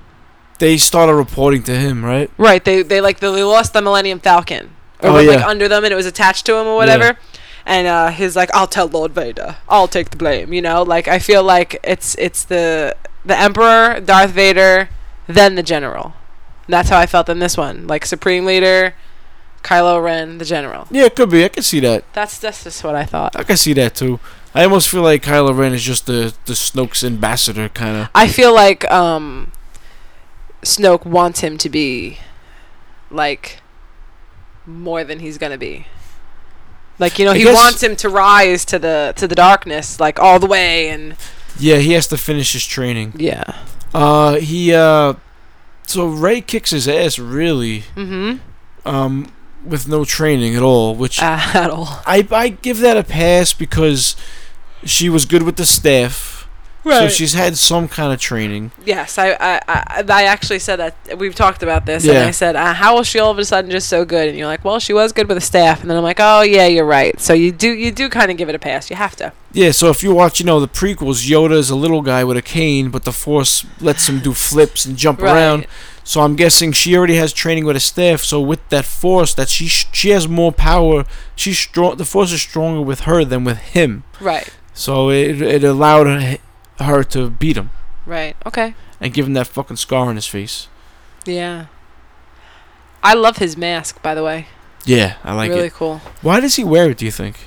Speaker 3: they started reporting to him, right?
Speaker 4: Right. They they like they lost the Millennium Falcon or
Speaker 3: Oh,
Speaker 4: went, like
Speaker 3: yeah.
Speaker 4: under them and it was attached to him or whatever. And uh, he's like, "I'll tell Lord Vader. I'll take the blame." You know, like I feel like it's it's the the Emperor, Darth Vader, then the General. And that's how I felt in this one. Like Supreme Leader, Kylo Ren, the General.
Speaker 3: Yeah, it could be. I could see that.
Speaker 4: That's that's just what I thought.
Speaker 3: I could see that too. I almost feel like Kylo Ren is just the the Snoke's ambassador, kind of.
Speaker 4: I feel like um, Snoke wants him to be like more than he's gonna be. Like you know,
Speaker 3: I
Speaker 4: he
Speaker 3: guess-
Speaker 4: wants him to rise to the to the darkness, like all the way, and
Speaker 3: Yeah, he has to finish his training.
Speaker 4: yeah.
Speaker 3: Uh, he uh, so Ray kicks his ass really,
Speaker 4: Mm-hmm.
Speaker 3: um, with no training at all. Which
Speaker 4: Uh, at all.
Speaker 3: I I give that a pass because she was good with the staff, so she's had some kind of training.
Speaker 4: yes, I, I I I actually said that we've talked about this, and
Speaker 3: Yeah.
Speaker 4: I said, uh, how was she all of a sudden just so good? And you're like, well, she was good with the staff, and then I'm like, oh yeah, you're right. So you do you do kind of give it a pass. You have to.
Speaker 3: Yeah, so if you watch, you know, the prequels, Yoda is a little guy with a cane, but the Force lets him do flips and jump around.
Speaker 4: Right.
Speaker 3: So I'm guessing she already has training with a staff. So with that Force, that she she has more power. She's strong. The Force is stronger with her than with him.
Speaker 4: Right.
Speaker 3: So it it allowed her, her to beat him
Speaker 4: Right. Okay.
Speaker 3: and give him that fucking scar on his face.
Speaker 4: Yeah. I love his mask, by the way.
Speaker 3: Yeah, I like
Speaker 4: really
Speaker 3: it.
Speaker 4: cool.
Speaker 3: Why does he wear it? Do you think?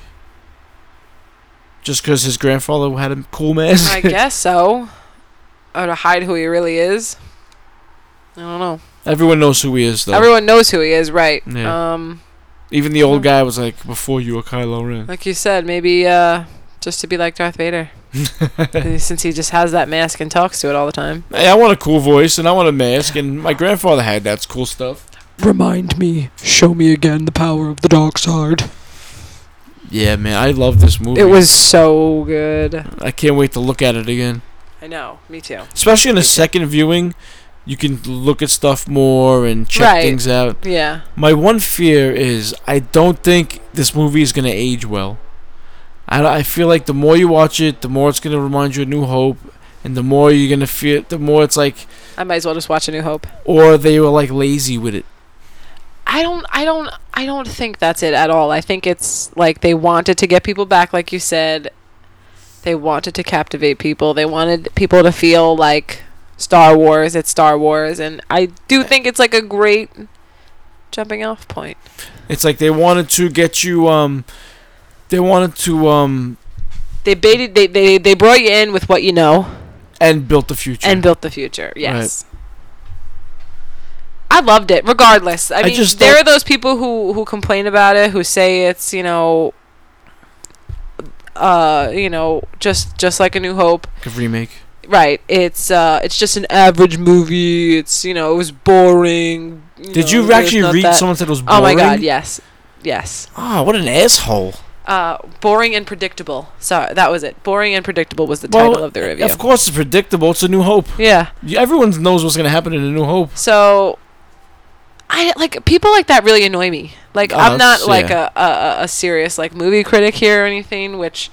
Speaker 3: Just because his grandfather had a cool mask.
Speaker 4: I guess so. Or to hide who he really is. I don't know.
Speaker 3: Everyone knows who he is, though.
Speaker 4: Everyone knows who he is, right?
Speaker 3: Yeah.
Speaker 4: Um,
Speaker 3: Even the old guy was like, "Before you were Kylo Ren."
Speaker 4: like you said, maybe uh, just to be like Darth Vader, since he just has that mask and talks to it all the time.
Speaker 3: Hey, I want a cool voice and I want a mask, and my grandfather had that. It's cool stuff.
Speaker 5: Remind me, show me again the power of the dark side.
Speaker 3: Yeah, man, I love this movie.
Speaker 4: It was so good.
Speaker 3: I can't wait to look at it again.
Speaker 4: I know. Me too.
Speaker 3: Especially in a
Speaker 4: Me too.
Speaker 3: second viewing, you can look at stuff more and check
Speaker 4: Right.
Speaker 3: things out.
Speaker 4: Yeah.
Speaker 3: My one fear is I don't think this movie is gonna age well. I I feel like the more you watch it, the more it's gonna remind you of New Hope, and the more you're gonna feel, the more it's like,
Speaker 4: I might as well just watch A New Hope.
Speaker 3: or they were like lazy with it.
Speaker 4: I don't I don't I don't think that's it at all. I think it's like they wanted to get people back like you said. They wanted to captivate people. They wanted people to feel like Star Wars, it's Star Wars and I do think it's like a great jumping off point.
Speaker 3: It's like they wanted to get you, um, they wanted to, um,
Speaker 4: They baited they they, they brought you in with what you know
Speaker 3: and built the future.
Speaker 4: and built the future. Yes. I loved it regardless. I,
Speaker 3: I
Speaker 4: mean
Speaker 3: just
Speaker 4: there
Speaker 3: don't-
Speaker 4: are those people who who complain about it who say it's, you know, uh, you know, just just like a new hope.
Speaker 3: Like a remake.
Speaker 4: Right. It's uh it's just an average movie. It's, you know, it was boring.
Speaker 3: Did
Speaker 4: know,
Speaker 3: you
Speaker 4: this,
Speaker 3: actually
Speaker 4: not
Speaker 3: read
Speaker 4: that.
Speaker 3: someone said it was boring?
Speaker 4: Oh my god, yes. Yes.
Speaker 3: Ah, what an asshole.
Speaker 4: Uh boring and predictable. Sorry, that was it. Boring and predictable was the title of the review.
Speaker 3: Of course, it's predictable. It's a New Hope.
Speaker 4: yeah.
Speaker 3: You- Everyone knows what's gonna happen in a New Hope.
Speaker 4: So, I like people like that really annoy me. Like
Speaker 3: Oh,
Speaker 4: I'm not
Speaker 3: that's-
Speaker 4: like
Speaker 3: yeah.
Speaker 4: a, a- a a serious like movie critic here or anything, which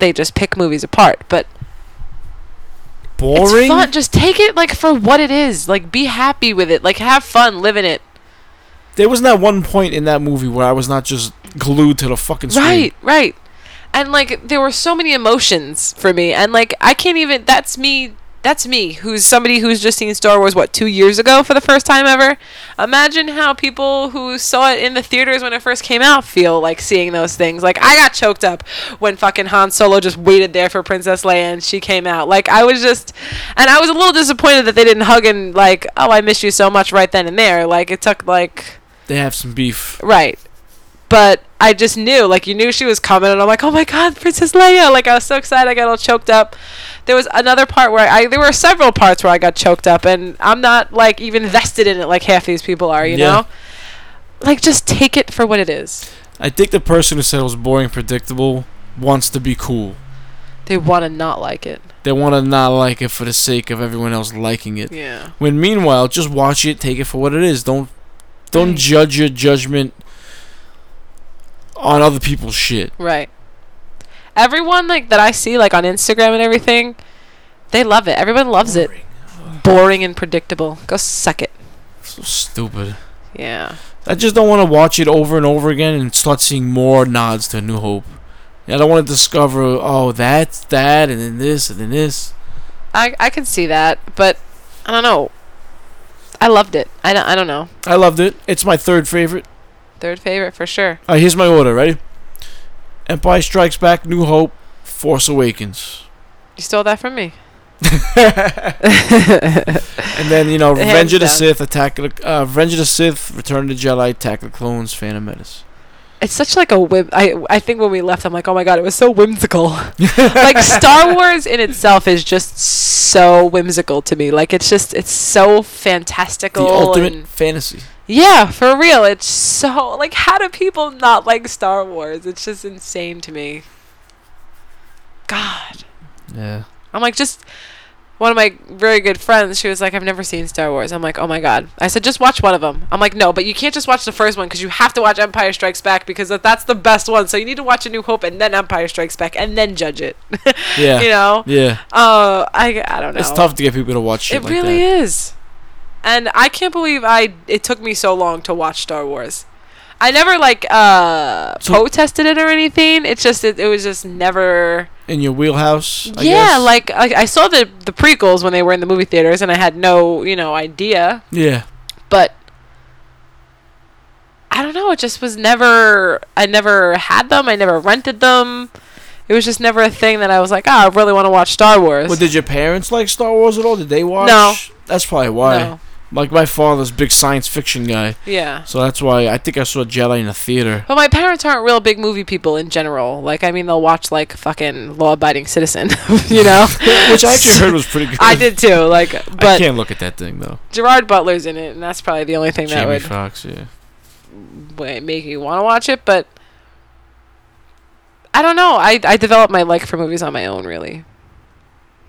Speaker 4: they just pick movies apart. But
Speaker 3: Boring.
Speaker 4: it's fun. Just take it like for what it is. Like be happy with it. Like have fun living it.
Speaker 3: There was not one point in that movie where I was not just glued to the fucking screen.
Speaker 4: Right, right. And like there were so many emotions for me, and like I can't even. That's me. That's me, who's somebody who's just seen Star Wars what two years ago for the first time ever. Imagine how people who saw it in the theaters when it first came out feel like seeing those things. Like I got choked up when fucking Han Solo just waited there for Princess Leia and she came out. Like I was just, and I was a little disappointed that they didn't hug and like, oh, I miss you so much right then and there. Like it took like
Speaker 3: They have some beef.
Speaker 4: Right. But I just knew, like, you knew she was coming, and I'm like, oh my god, Princess Leia! Like, I was so excited, I got all choked up. There was another part where I, there were several parts where I got choked up, and I'm not like even vested in it like half these people are, you
Speaker 3: Yeah.
Speaker 4: know? Like, just take it for what it is.
Speaker 3: I think the person who said it was boring, and predictable, wants to be cool.
Speaker 4: They want to not like it.
Speaker 3: They want to not like it for the sake of everyone else liking it.
Speaker 4: Yeah.
Speaker 3: When meanwhile, just watch it, take it for what it is. Don't don't
Speaker 4: Right.
Speaker 3: judge your judgment on other people's shit.
Speaker 4: Right. Everyone like that I see like on Instagram and everything, they love it. Everyone loves it. Boring and predictable. Go suck it.
Speaker 3: So stupid.
Speaker 4: Yeah.
Speaker 3: I just don't want to watch it over and over again and start seeing more nods to New Hope. I don't want to discover oh that's that and then this and then this.
Speaker 4: I I can see that, but I don't know. I loved it. I don't, I don't know.
Speaker 3: I loved it. It's my third favorite.
Speaker 4: Third favorite for sure.
Speaker 3: All right, here's my order. Ready? Empire Strikes Back, New Hope, Force Awakens,
Speaker 4: You stole that from me.
Speaker 3: and then you know
Speaker 4: Hands
Speaker 3: Revenge of the
Speaker 4: down.
Speaker 3: Sith, Attack of the uh, Revenge of the Sith, Return of the Jedi, Attack of the Clones, Phantom Menace.
Speaker 4: It's such like a whim. I I think when we left, I'm like, oh my god, it was so whimsical. like Star Wars in itself is just so whimsical to me. Like it's just it's so
Speaker 3: The
Speaker 4: fantastical.
Speaker 3: ultimate
Speaker 4: and-
Speaker 3: fantasy.
Speaker 4: yeah, for real. It's so like how do people not like Star Wars? It's just insane to me. God.
Speaker 3: Yeah.
Speaker 4: I'm like, just one of my very good friends. She was like, I've never seen Star Wars. I'm like, oh my god. I said, just watch one of them. I'm like, no, but you can't just watch the first one because you have to watch Empire Strikes Back because that- that's the best one. So you need to watch A New Hope and then Empire Strikes Back and then judge it.
Speaker 3: Yeah.
Speaker 4: you know?
Speaker 3: Yeah.
Speaker 4: Uh, I I don't know.
Speaker 3: It's tough to get people to watch shit
Speaker 4: It
Speaker 3: like
Speaker 4: really
Speaker 3: that.
Speaker 4: is. And I can't believe I it took me so long to watch Star Wars. I never like uh
Speaker 3: So-
Speaker 4: protested it or anything. It's just it, it was just never
Speaker 3: In your wheelhouse. I
Speaker 4: yeah,
Speaker 3: guess.
Speaker 4: like I, I saw the the prequels when they were in the movie theaters, and I had no you know idea,
Speaker 3: Yeah.
Speaker 4: but I don't know. It just was never. I never had them. I never rented them. It was just never a thing that I was like, oh, I really want to watch Star Wars.
Speaker 3: Well, did your parents like Star Wars at all? Did they watch?
Speaker 4: No.
Speaker 3: That's probably why.
Speaker 4: no.
Speaker 3: Like my father's a big science fiction guy,
Speaker 4: Yeah.
Speaker 3: so that's why I think I saw Jedi in a theater.
Speaker 4: But my parents aren't real big movie people in general. Like, I mean, they'll watch like fucking Law Abiding Citizen, you know.
Speaker 3: Which I actually heard was pretty good.
Speaker 4: I did too. Like,
Speaker 3: I
Speaker 4: but
Speaker 3: can't look at that thing though.
Speaker 4: Gerard Butler's in it, and that's probably the only thing that
Speaker 3: Jamie
Speaker 4: would
Speaker 3: Foxx, yeah.
Speaker 4: wa- make you want to watch it, but I don't know. I I developed my like for movies on my own, really.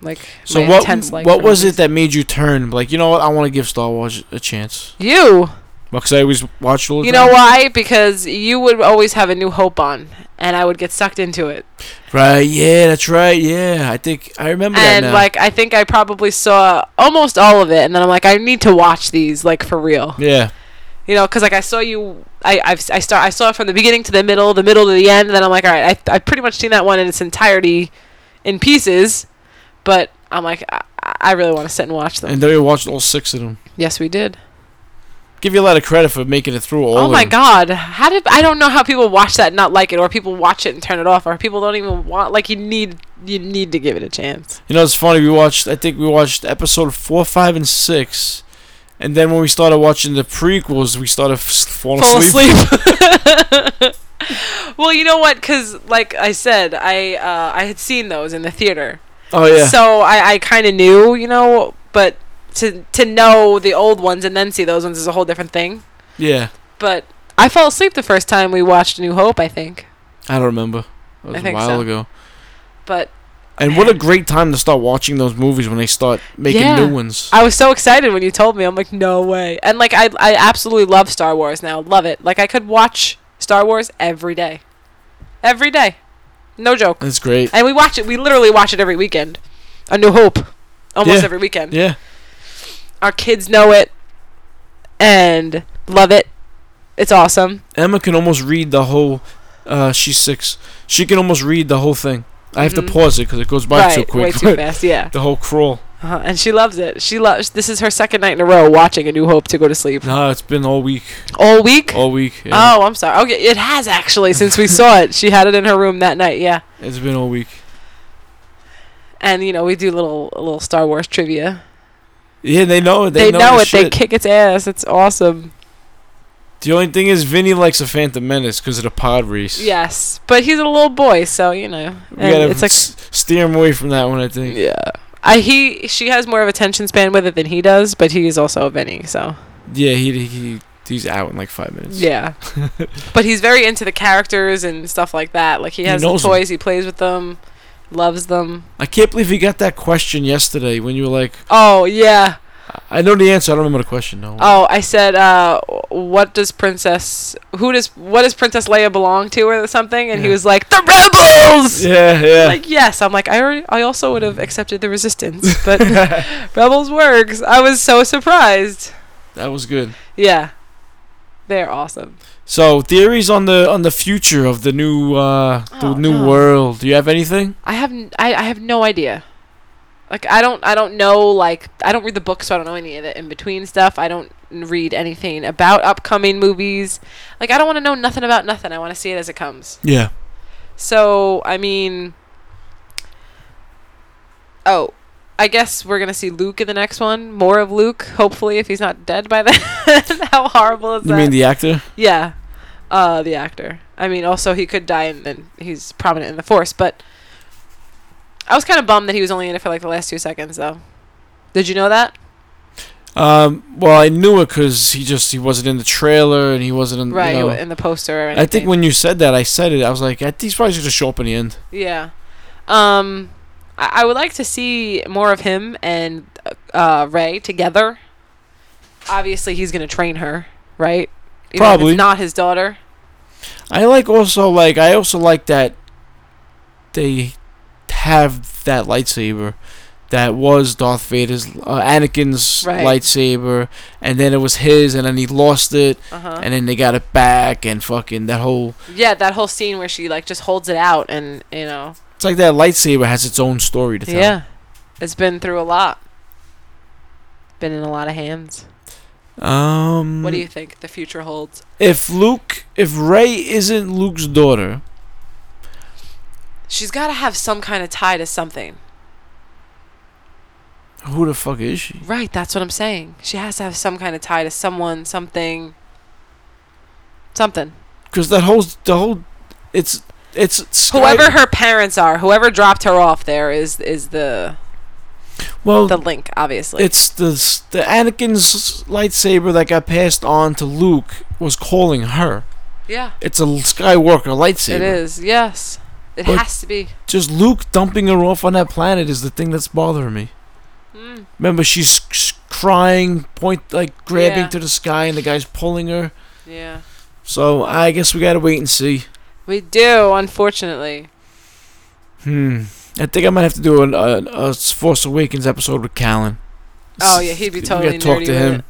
Speaker 4: Like
Speaker 3: So
Speaker 4: my
Speaker 3: what
Speaker 4: intense like
Speaker 3: what
Speaker 4: for
Speaker 3: was
Speaker 4: movies.
Speaker 3: it that made you turn like you know what I want to give Star Wars a chance?
Speaker 4: You.
Speaker 3: Because I always watched all the
Speaker 4: You know
Speaker 3: time.
Speaker 4: why? Because you would always have a new hope on, and I would get sucked into it.
Speaker 3: Right? Yeah, that's right. Yeah, I think I remember that
Speaker 4: and
Speaker 3: now.
Speaker 4: like, I think I probably saw almost all of it, and then I'm like, I need to watch these like for real.
Speaker 3: yeah,
Speaker 4: You know, because like I saw you, I I've, I start I saw it from the beginning to the middle, the middle to the end, and then I'm like, all right, I I've pretty much seen that one in its entirety, in pieces, but I'm like, I, I really want to sit and watch them.
Speaker 3: and then we watched all six of them.
Speaker 4: yes, we did.
Speaker 3: Give you a lot of credit for making it through all.
Speaker 4: Oh
Speaker 3: of
Speaker 4: my
Speaker 3: them.
Speaker 4: god. How did I don't know how people watch that and not like it or people watch it and turn it off or people don't even want like you need you need to give it a chance.
Speaker 3: You know, it's funny. We watched. I think we watched episode four, five, and six, and then when we started watching the prequels, we started f- falling
Speaker 4: Fall
Speaker 3: asleep.
Speaker 4: asleep. well, you know what cuz like I said, I uh, I had seen those in the theater.
Speaker 3: Oh yeah.
Speaker 4: So I I kind of knew, you know, but to to know the old ones and then see those ones is a whole different thing.
Speaker 3: yeah.
Speaker 4: But I fell asleep the first time we watched New Hope, I think.
Speaker 3: I don't remember. That was a
Speaker 4: think
Speaker 3: while
Speaker 4: so.
Speaker 3: ago.
Speaker 4: But
Speaker 3: And what a great time to start watching those movies when they start making
Speaker 4: Yeah.
Speaker 3: new ones.
Speaker 4: I was so excited when you told me. I'm like, no way. And like, I I absolutely love Star Wars now. Love it. Like, I could watch Star Wars every day, every day, no joke.
Speaker 3: That's great.
Speaker 4: And we watch it. We literally watch it every weekend. A New Hope, almost
Speaker 3: Yeah.
Speaker 4: every weekend.
Speaker 3: Yeah.
Speaker 4: Our kids know it and love it. It's awesome.
Speaker 3: Emma can almost read the whole. Uh, she's six. She can almost read the whole thing. I have
Speaker 4: Mhm.
Speaker 3: to pause it because it goes by
Speaker 4: right,
Speaker 3: too quick.
Speaker 4: way too fast. Yeah,
Speaker 3: the whole crawl.
Speaker 4: uh-huh. and she loves it. She loves. This is her second night in a row watching A New Hope to go to sleep
Speaker 3: Nah, it's been all week.
Speaker 4: all week.
Speaker 3: All week. Yeah.
Speaker 4: Oh, I'm sorry. Okay, it has actually since we saw it. She had it in her room that night. Yeah.
Speaker 3: It's been all week.
Speaker 4: and you know we do little little Star Wars trivia.
Speaker 3: Yeah, they know it.
Speaker 4: They, know,
Speaker 3: the
Speaker 4: it. They
Speaker 3: shit.
Speaker 4: kick its ass. It's awesome.
Speaker 3: The only thing is, Vinny likes a Phantom Menace because of the pod race.
Speaker 4: Yes, but he's a little boy, so you know.
Speaker 3: we
Speaker 4: And
Speaker 3: gotta
Speaker 4: it's like
Speaker 3: s- steer him away from that one. I think.
Speaker 4: yeah. I, he she has more of attention span with it than he does, but he's also a Vinny, so
Speaker 3: Yeah, he, he he's out in like five minutes.
Speaker 4: yeah. but he's very into the characters and stuff like that. Like he
Speaker 3: He
Speaker 4: has the
Speaker 3: knows 'em.
Speaker 4: toys, he plays with them, loves them.
Speaker 3: I can't believe he got that question yesterday when you were like,
Speaker 4: Oh yeah.
Speaker 3: "I know the answer. I don't remember the question." No.
Speaker 4: Oh, I said, uh, what does Princess? Who does? What does Princess Leia belong to, or something? And he
Speaker 3: Yeah.
Speaker 4: was like, the rebels.
Speaker 3: Yeah, yeah.
Speaker 4: like yes i'm like i already, i also would have accepted the resistance but rebels works i was so surprised
Speaker 3: that was good.
Speaker 4: yeah they're awesome
Speaker 3: So theories on the on the future of the new uh the
Speaker 4: Oh,
Speaker 3: new
Speaker 4: no.
Speaker 3: world. Do you have anything?
Speaker 4: i have n- I, I have no idea like i don't i don't know like i don't read the book so i don't know any of the in between stuff i don't n- read anything about upcoming movies like i don't want to know nothing about nothing i want to see it as it comes
Speaker 3: Yeah.
Speaker 4: So I mean, oh, I guess we're gonna see Luke in the next one. More of Luke, hopefully, if he's not dead by then. How horrible is
Speaker 3: You
Speaker 4: that?
Speaker 3: mean the actor?
Speaker 4: yeah, uh, the actor. I mean, also he could die, and, and he's prominent in the Force. But I was kind of bummed that he was only in it for like the last two seconds, though. Did you know that?
Speaker 3: Um. Well, I knew it because he just he wasn't in the trailer and he wasn't in.
Speaker 4: Right
Speaker 3: You know,
Speaker 4: in the poster. Or
Speaker 3: Mm, I think
Speaker 4: anything.
Speaker 3: when you said that, I said it. I was like, I think he's probably just gonna show up in the end.
Speaker 4: Yeah. Um, I, I would like to see more of him and uh, Ray together. Obviously, he's gonna train her, right? Even if it's
Speaker 3: Probably.
Speaker 4: not his daughter.
Speaker 3: I like also like I also like that they have that lightsaber that was Darth Vader's uh, Anakin's
Speaker 4: Right.
Speaker 3: lightsaber and then it was his and then he lost it
Speaker 4: Uh huh.
Speaker 3: and then they got it back and fucking that whole
Speaker 4: Yeah, that whole scene where she like just holds it out, and you know.
Speaker 3: it's like that lightsaber has its own story to tell.
Speaker 4: Yeah. It's been through a lot. Been in a lot of hands.
Speaker 3: Um
Speaker 4: What do you think the future holds?
Speaker 3: if Luke if Ray isn't Luke's daughter,
Speaker 4: She's got to have some kind of tie to something.
Speaker 3: who the fuck is she?
Speaker 4: Right, that's what I'm saying. She has to have some kind of tie to someone, something. Something.
Speaker 3: Cuz that whole the whole it's it's Sky-
Speaker 4: whoever her parents are, whoever dropped her off there is is the
Speaker 3: well
Speaker 4: the link, obviously.
Speaker 3: It's the s- the Anakin's lightsaber that got passed on to Luke was calling her.
Speaker 4: yeah,
Speaker 3: It's a Skywalker lightsaber.
Speaker 4: it is. Yes, It
Speaker 3: But-
Speaker 4: has to be.
Speaker 3: Just Luke dumping her off on that planet is the thing that's bothering me.
Speaker 4: Mm,
Speaker 3: Remember, she's c- crying, point like grabbing
Speaker 4: Yeah.
Speaker 3: to the sky, and the guy's pulling her.
Speaker 4: Yeah.
Speaker 3: So I guess we gotta wait and see.
Speaker 4: We do, unfortunately.
Speaker 3: Hmm. I think I might have to do an, a, a Force Awakens episode with Callan.
Speaker 4: Oh, yeah, he'd be
Speaker 3: We
Speaker 4: totally
Speaker 3: gotta talk
Speaker 4: nerdy
Speaker 3: to
Speaker 4: with
Speaker 3: him.
Speaker 4: it.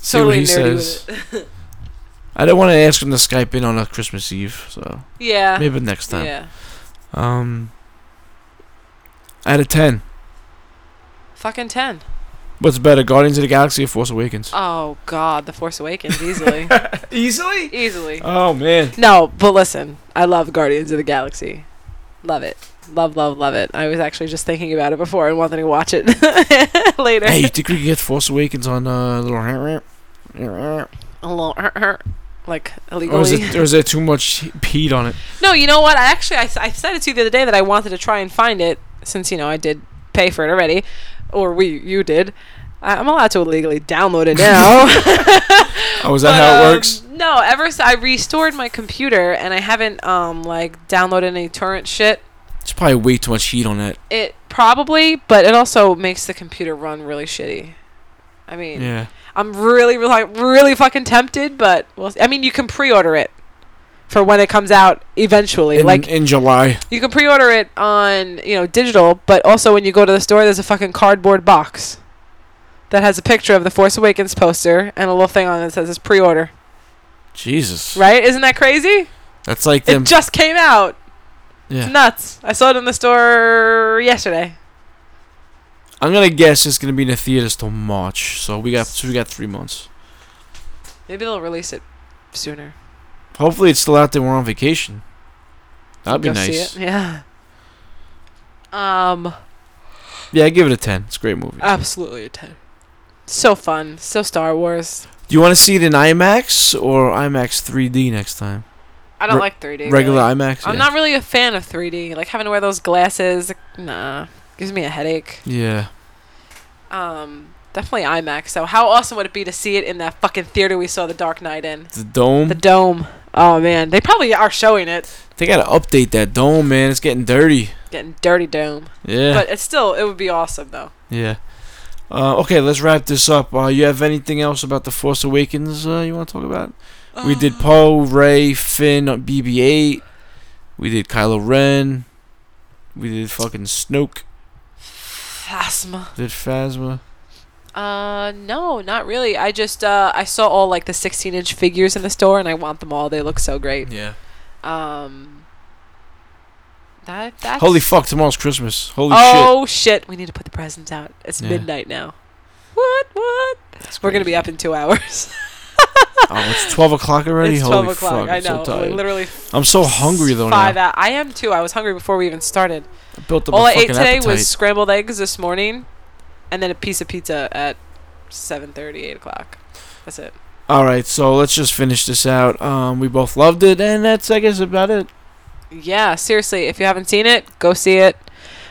Speaker 3: See what
Speaker 4: Totally
Speaker 3: he
Speaker 4: nerdy
Speaker 3: says.
Speaker 4: with it.
Speaker 3: I don't want to ask him to Skype in on a Christmas Eve, so
Speaker 4: Yeah.
Speaker 3: maybe next time.
Speaker 4: Yeah.
Speaker 3: Um. Out of ten,
Speaker 4: Fucking 10.
Speaker 3: what's better, Guardians of the Galaxy or Force Awakens?
Speaker 4: Oh, God. The Force Awakens, easily.
Speaker 3: Easily.
Speaker 4: easily.
Speaker 3: Oh man.
Speaker 4: No, but listen, I love Guardians of the Galaxy. Love it. Love, love, love it. I was actually just thinking about it before and wanted to watch it later.
Speaker 3: Hey, you think we could get Force Awakens on uh, little?
Speaker 4: A little, like, illegally.
Speaker 3: Or is, it, or is there too much heat on it?
Speaker 4: No, you know what? I actually I, s- I said it to you the other day that I wanted to try and find it since you know I did pay for it already, or we you did. I, I'm allowed to illegally download it now.
Speaker 3: Oh, is that how
Speaker 4: But,
Speaker 3: it
Speaker 4: um,
Speaker 3: works?
Speaker 4: No, ever s I I restored my computer and I haven't um like downloaded any torrent shit.
Speaker 3: It's probably way too much heat on that.
Speaker 4: It probably, but it also makes the computer run really shitty. I mean,
Speaker 3: Yeah.
Speaker 4: I'm really, really, really fucking tempted, but well, I mean, you can pre-order it for when it comes out eventually.
Speaker 3: In,
Speaker 4: like
Speaker 3: in July.
Speaker 4: you can pre-order it on you know digital, but also when you go to the store, there's a fucking cardboard box that has a picture of the Force Awakens poster and a little thing on it that says it's pre-order.
Speaker 3: Jesus.
Speaker 4: Right? Isn't that crazy?
Speaker 3: That's like
Speaker 4: It
Speaker 3: them.
Speaker 4: just came out.
Speaker 3: yeah.
Speaker 4: It's nuts. I saw it in the store yesterday.
Speaker 3: I'm gonna guess it's gonna be in the theaters till March. So we got so we got three months.
Speaker 4: Maybe they'll release it sooner.
Speaker 3: Hopefully it's still out there. We're on vacation. That'd be
Speaker 4: Go
Speaker 3: nice.
Speaker 4: See it. Yeah. Um.
Speaker 3: Yeah, I give it a ten. It's a great
Speaker 4: Uh,
Speaker 3: movie.
Speaker 4: Absolutely a ten. So fun. So Star Wars.
Speaker 3: Do you want to see it in IMAX or IMAX 3D next time?
Speaker 4: I don't
Speaker 3: Re-
Speaker 4: like 3D.
Speaker 3: Regular
Speaker 4: really.
Speaker 3: IMAX.
Speaker 4: I'm
Speaker 3: yeah.
Speaker 4: not really a fan of 3D. Like having to wear those glasses, nah, gives me a headache.
Speaker 3: Yeah.
Speaker 4: Um, definitely IMAX. So how awesome would it be to see it in that fucking theater we saw The Dark Knight in?
Speaker 3: The dome.
Speaker 4: The dome. Oh man, they probably are showing it.
Speaker 3: they gotta update that dome, man. It's getting dirty.
Speaker 4: Getting dirty dome.
Speaker 3: Yeah.
Speaker 4: But it's still, it would be awesome though.
Speaker 3: Yeah. Uh, okay, let's wrap this up. Uh, you have anything else about the Force Awakens uh, you want to talk about? We
Speaker 4: Uh,
Speaker 3: did Poe, Ray, Finn, uh, BB-8. We did Kylo Ren. We did fucking Snoke.
Speaker 4: Phasma.
Speaker 3: Did Phasma.
Speaker 4: Uh, no, not really. I just, uh, I saw all like the 16 inch figures in the store, and I want them all. They look so great.
Speaker 3: Yeah.
Speaker 4: Um. That that's
Speaker 3: Holy fuck! Tomorrow's Christmas. Holy
Speaker 4: oh shit. We need to put the presents out. It's
Speaker 3: Yeah.
Speaker 4: midnight now. What? What?
Speaker 3: shit!
Speaker 4: We're gonna be up in two hours.
Speaker 3: Oh, it's twelve o'clock already.
Speaker 4: it's
Speaker 3: Holy
Speaker 4: twelve o'clock.
Speaker 3: fuck!
Speaker 4: I
Speaker 3: I'm so
Speaker 4: know.
Speaker 3: tired.
Speaker 4: literally
Speaker 3: I'm so hungry though
Speaker 4: five
Speaker 3: now.
Speaker 4: out. I am too. I was hungry before we even started.
Speaker 3: I built up
Speaker 4: All
Speaker 3: a
Speaker 4: I ate
Speaker 3: fucking
Speaker 4: today
Speaker 3: appetite.
Speaker 4: was scrambled eggs this morning, and then a piece of pizza at seven thirty, eight o'clock. That's it.
Speaker 3: All right, so let's just finish this out. Um, we both loved it, and that's I guess about it.
Speaker 4: Yeah, seriously. If you haven't seen it, go see it.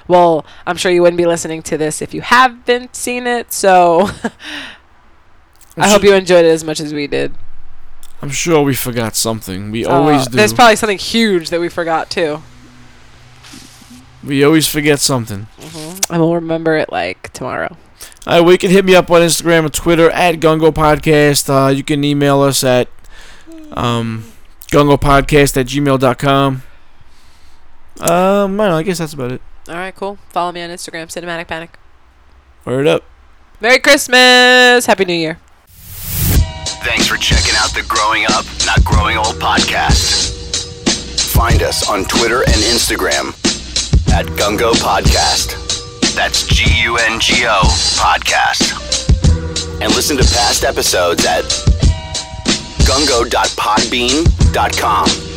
Speaker 4: Well, I'm sure you wouldn't be listening to this if you haven't seen it. So I hope you enjoyed it as much as we did.
Speaker 3: I'm sure we forgot something. We
Speaker 4: Uh,
Speaker 3: always do.
Speaker 4: There's probably something huge that we forgot too.
Speaker 3: we always forget something.
Speaker 4: And we'll remember it like tomorrow.
Speaker 3: All right, well, you can hit me up on Instagram and Twitter at Gungo Podcast. Uh, you can email us at um, gungopodcast at gmail.com. Um, I, don't know, I guess that's about it.
Speaker 4: All right, cool. Follow me on Instagram, Cinematic Panic.
Speaker 3: Word up.
Speaker 4: Merry Christmas. Happy New Year.
Speaker 1: Thanks for checking out the Growing Up, Not Growing Old podcast. Find us on Twitter and Instagram at Gungo Podcast. That's G U N G O Podcast. And listen to past episodes at gungo.podbean.com.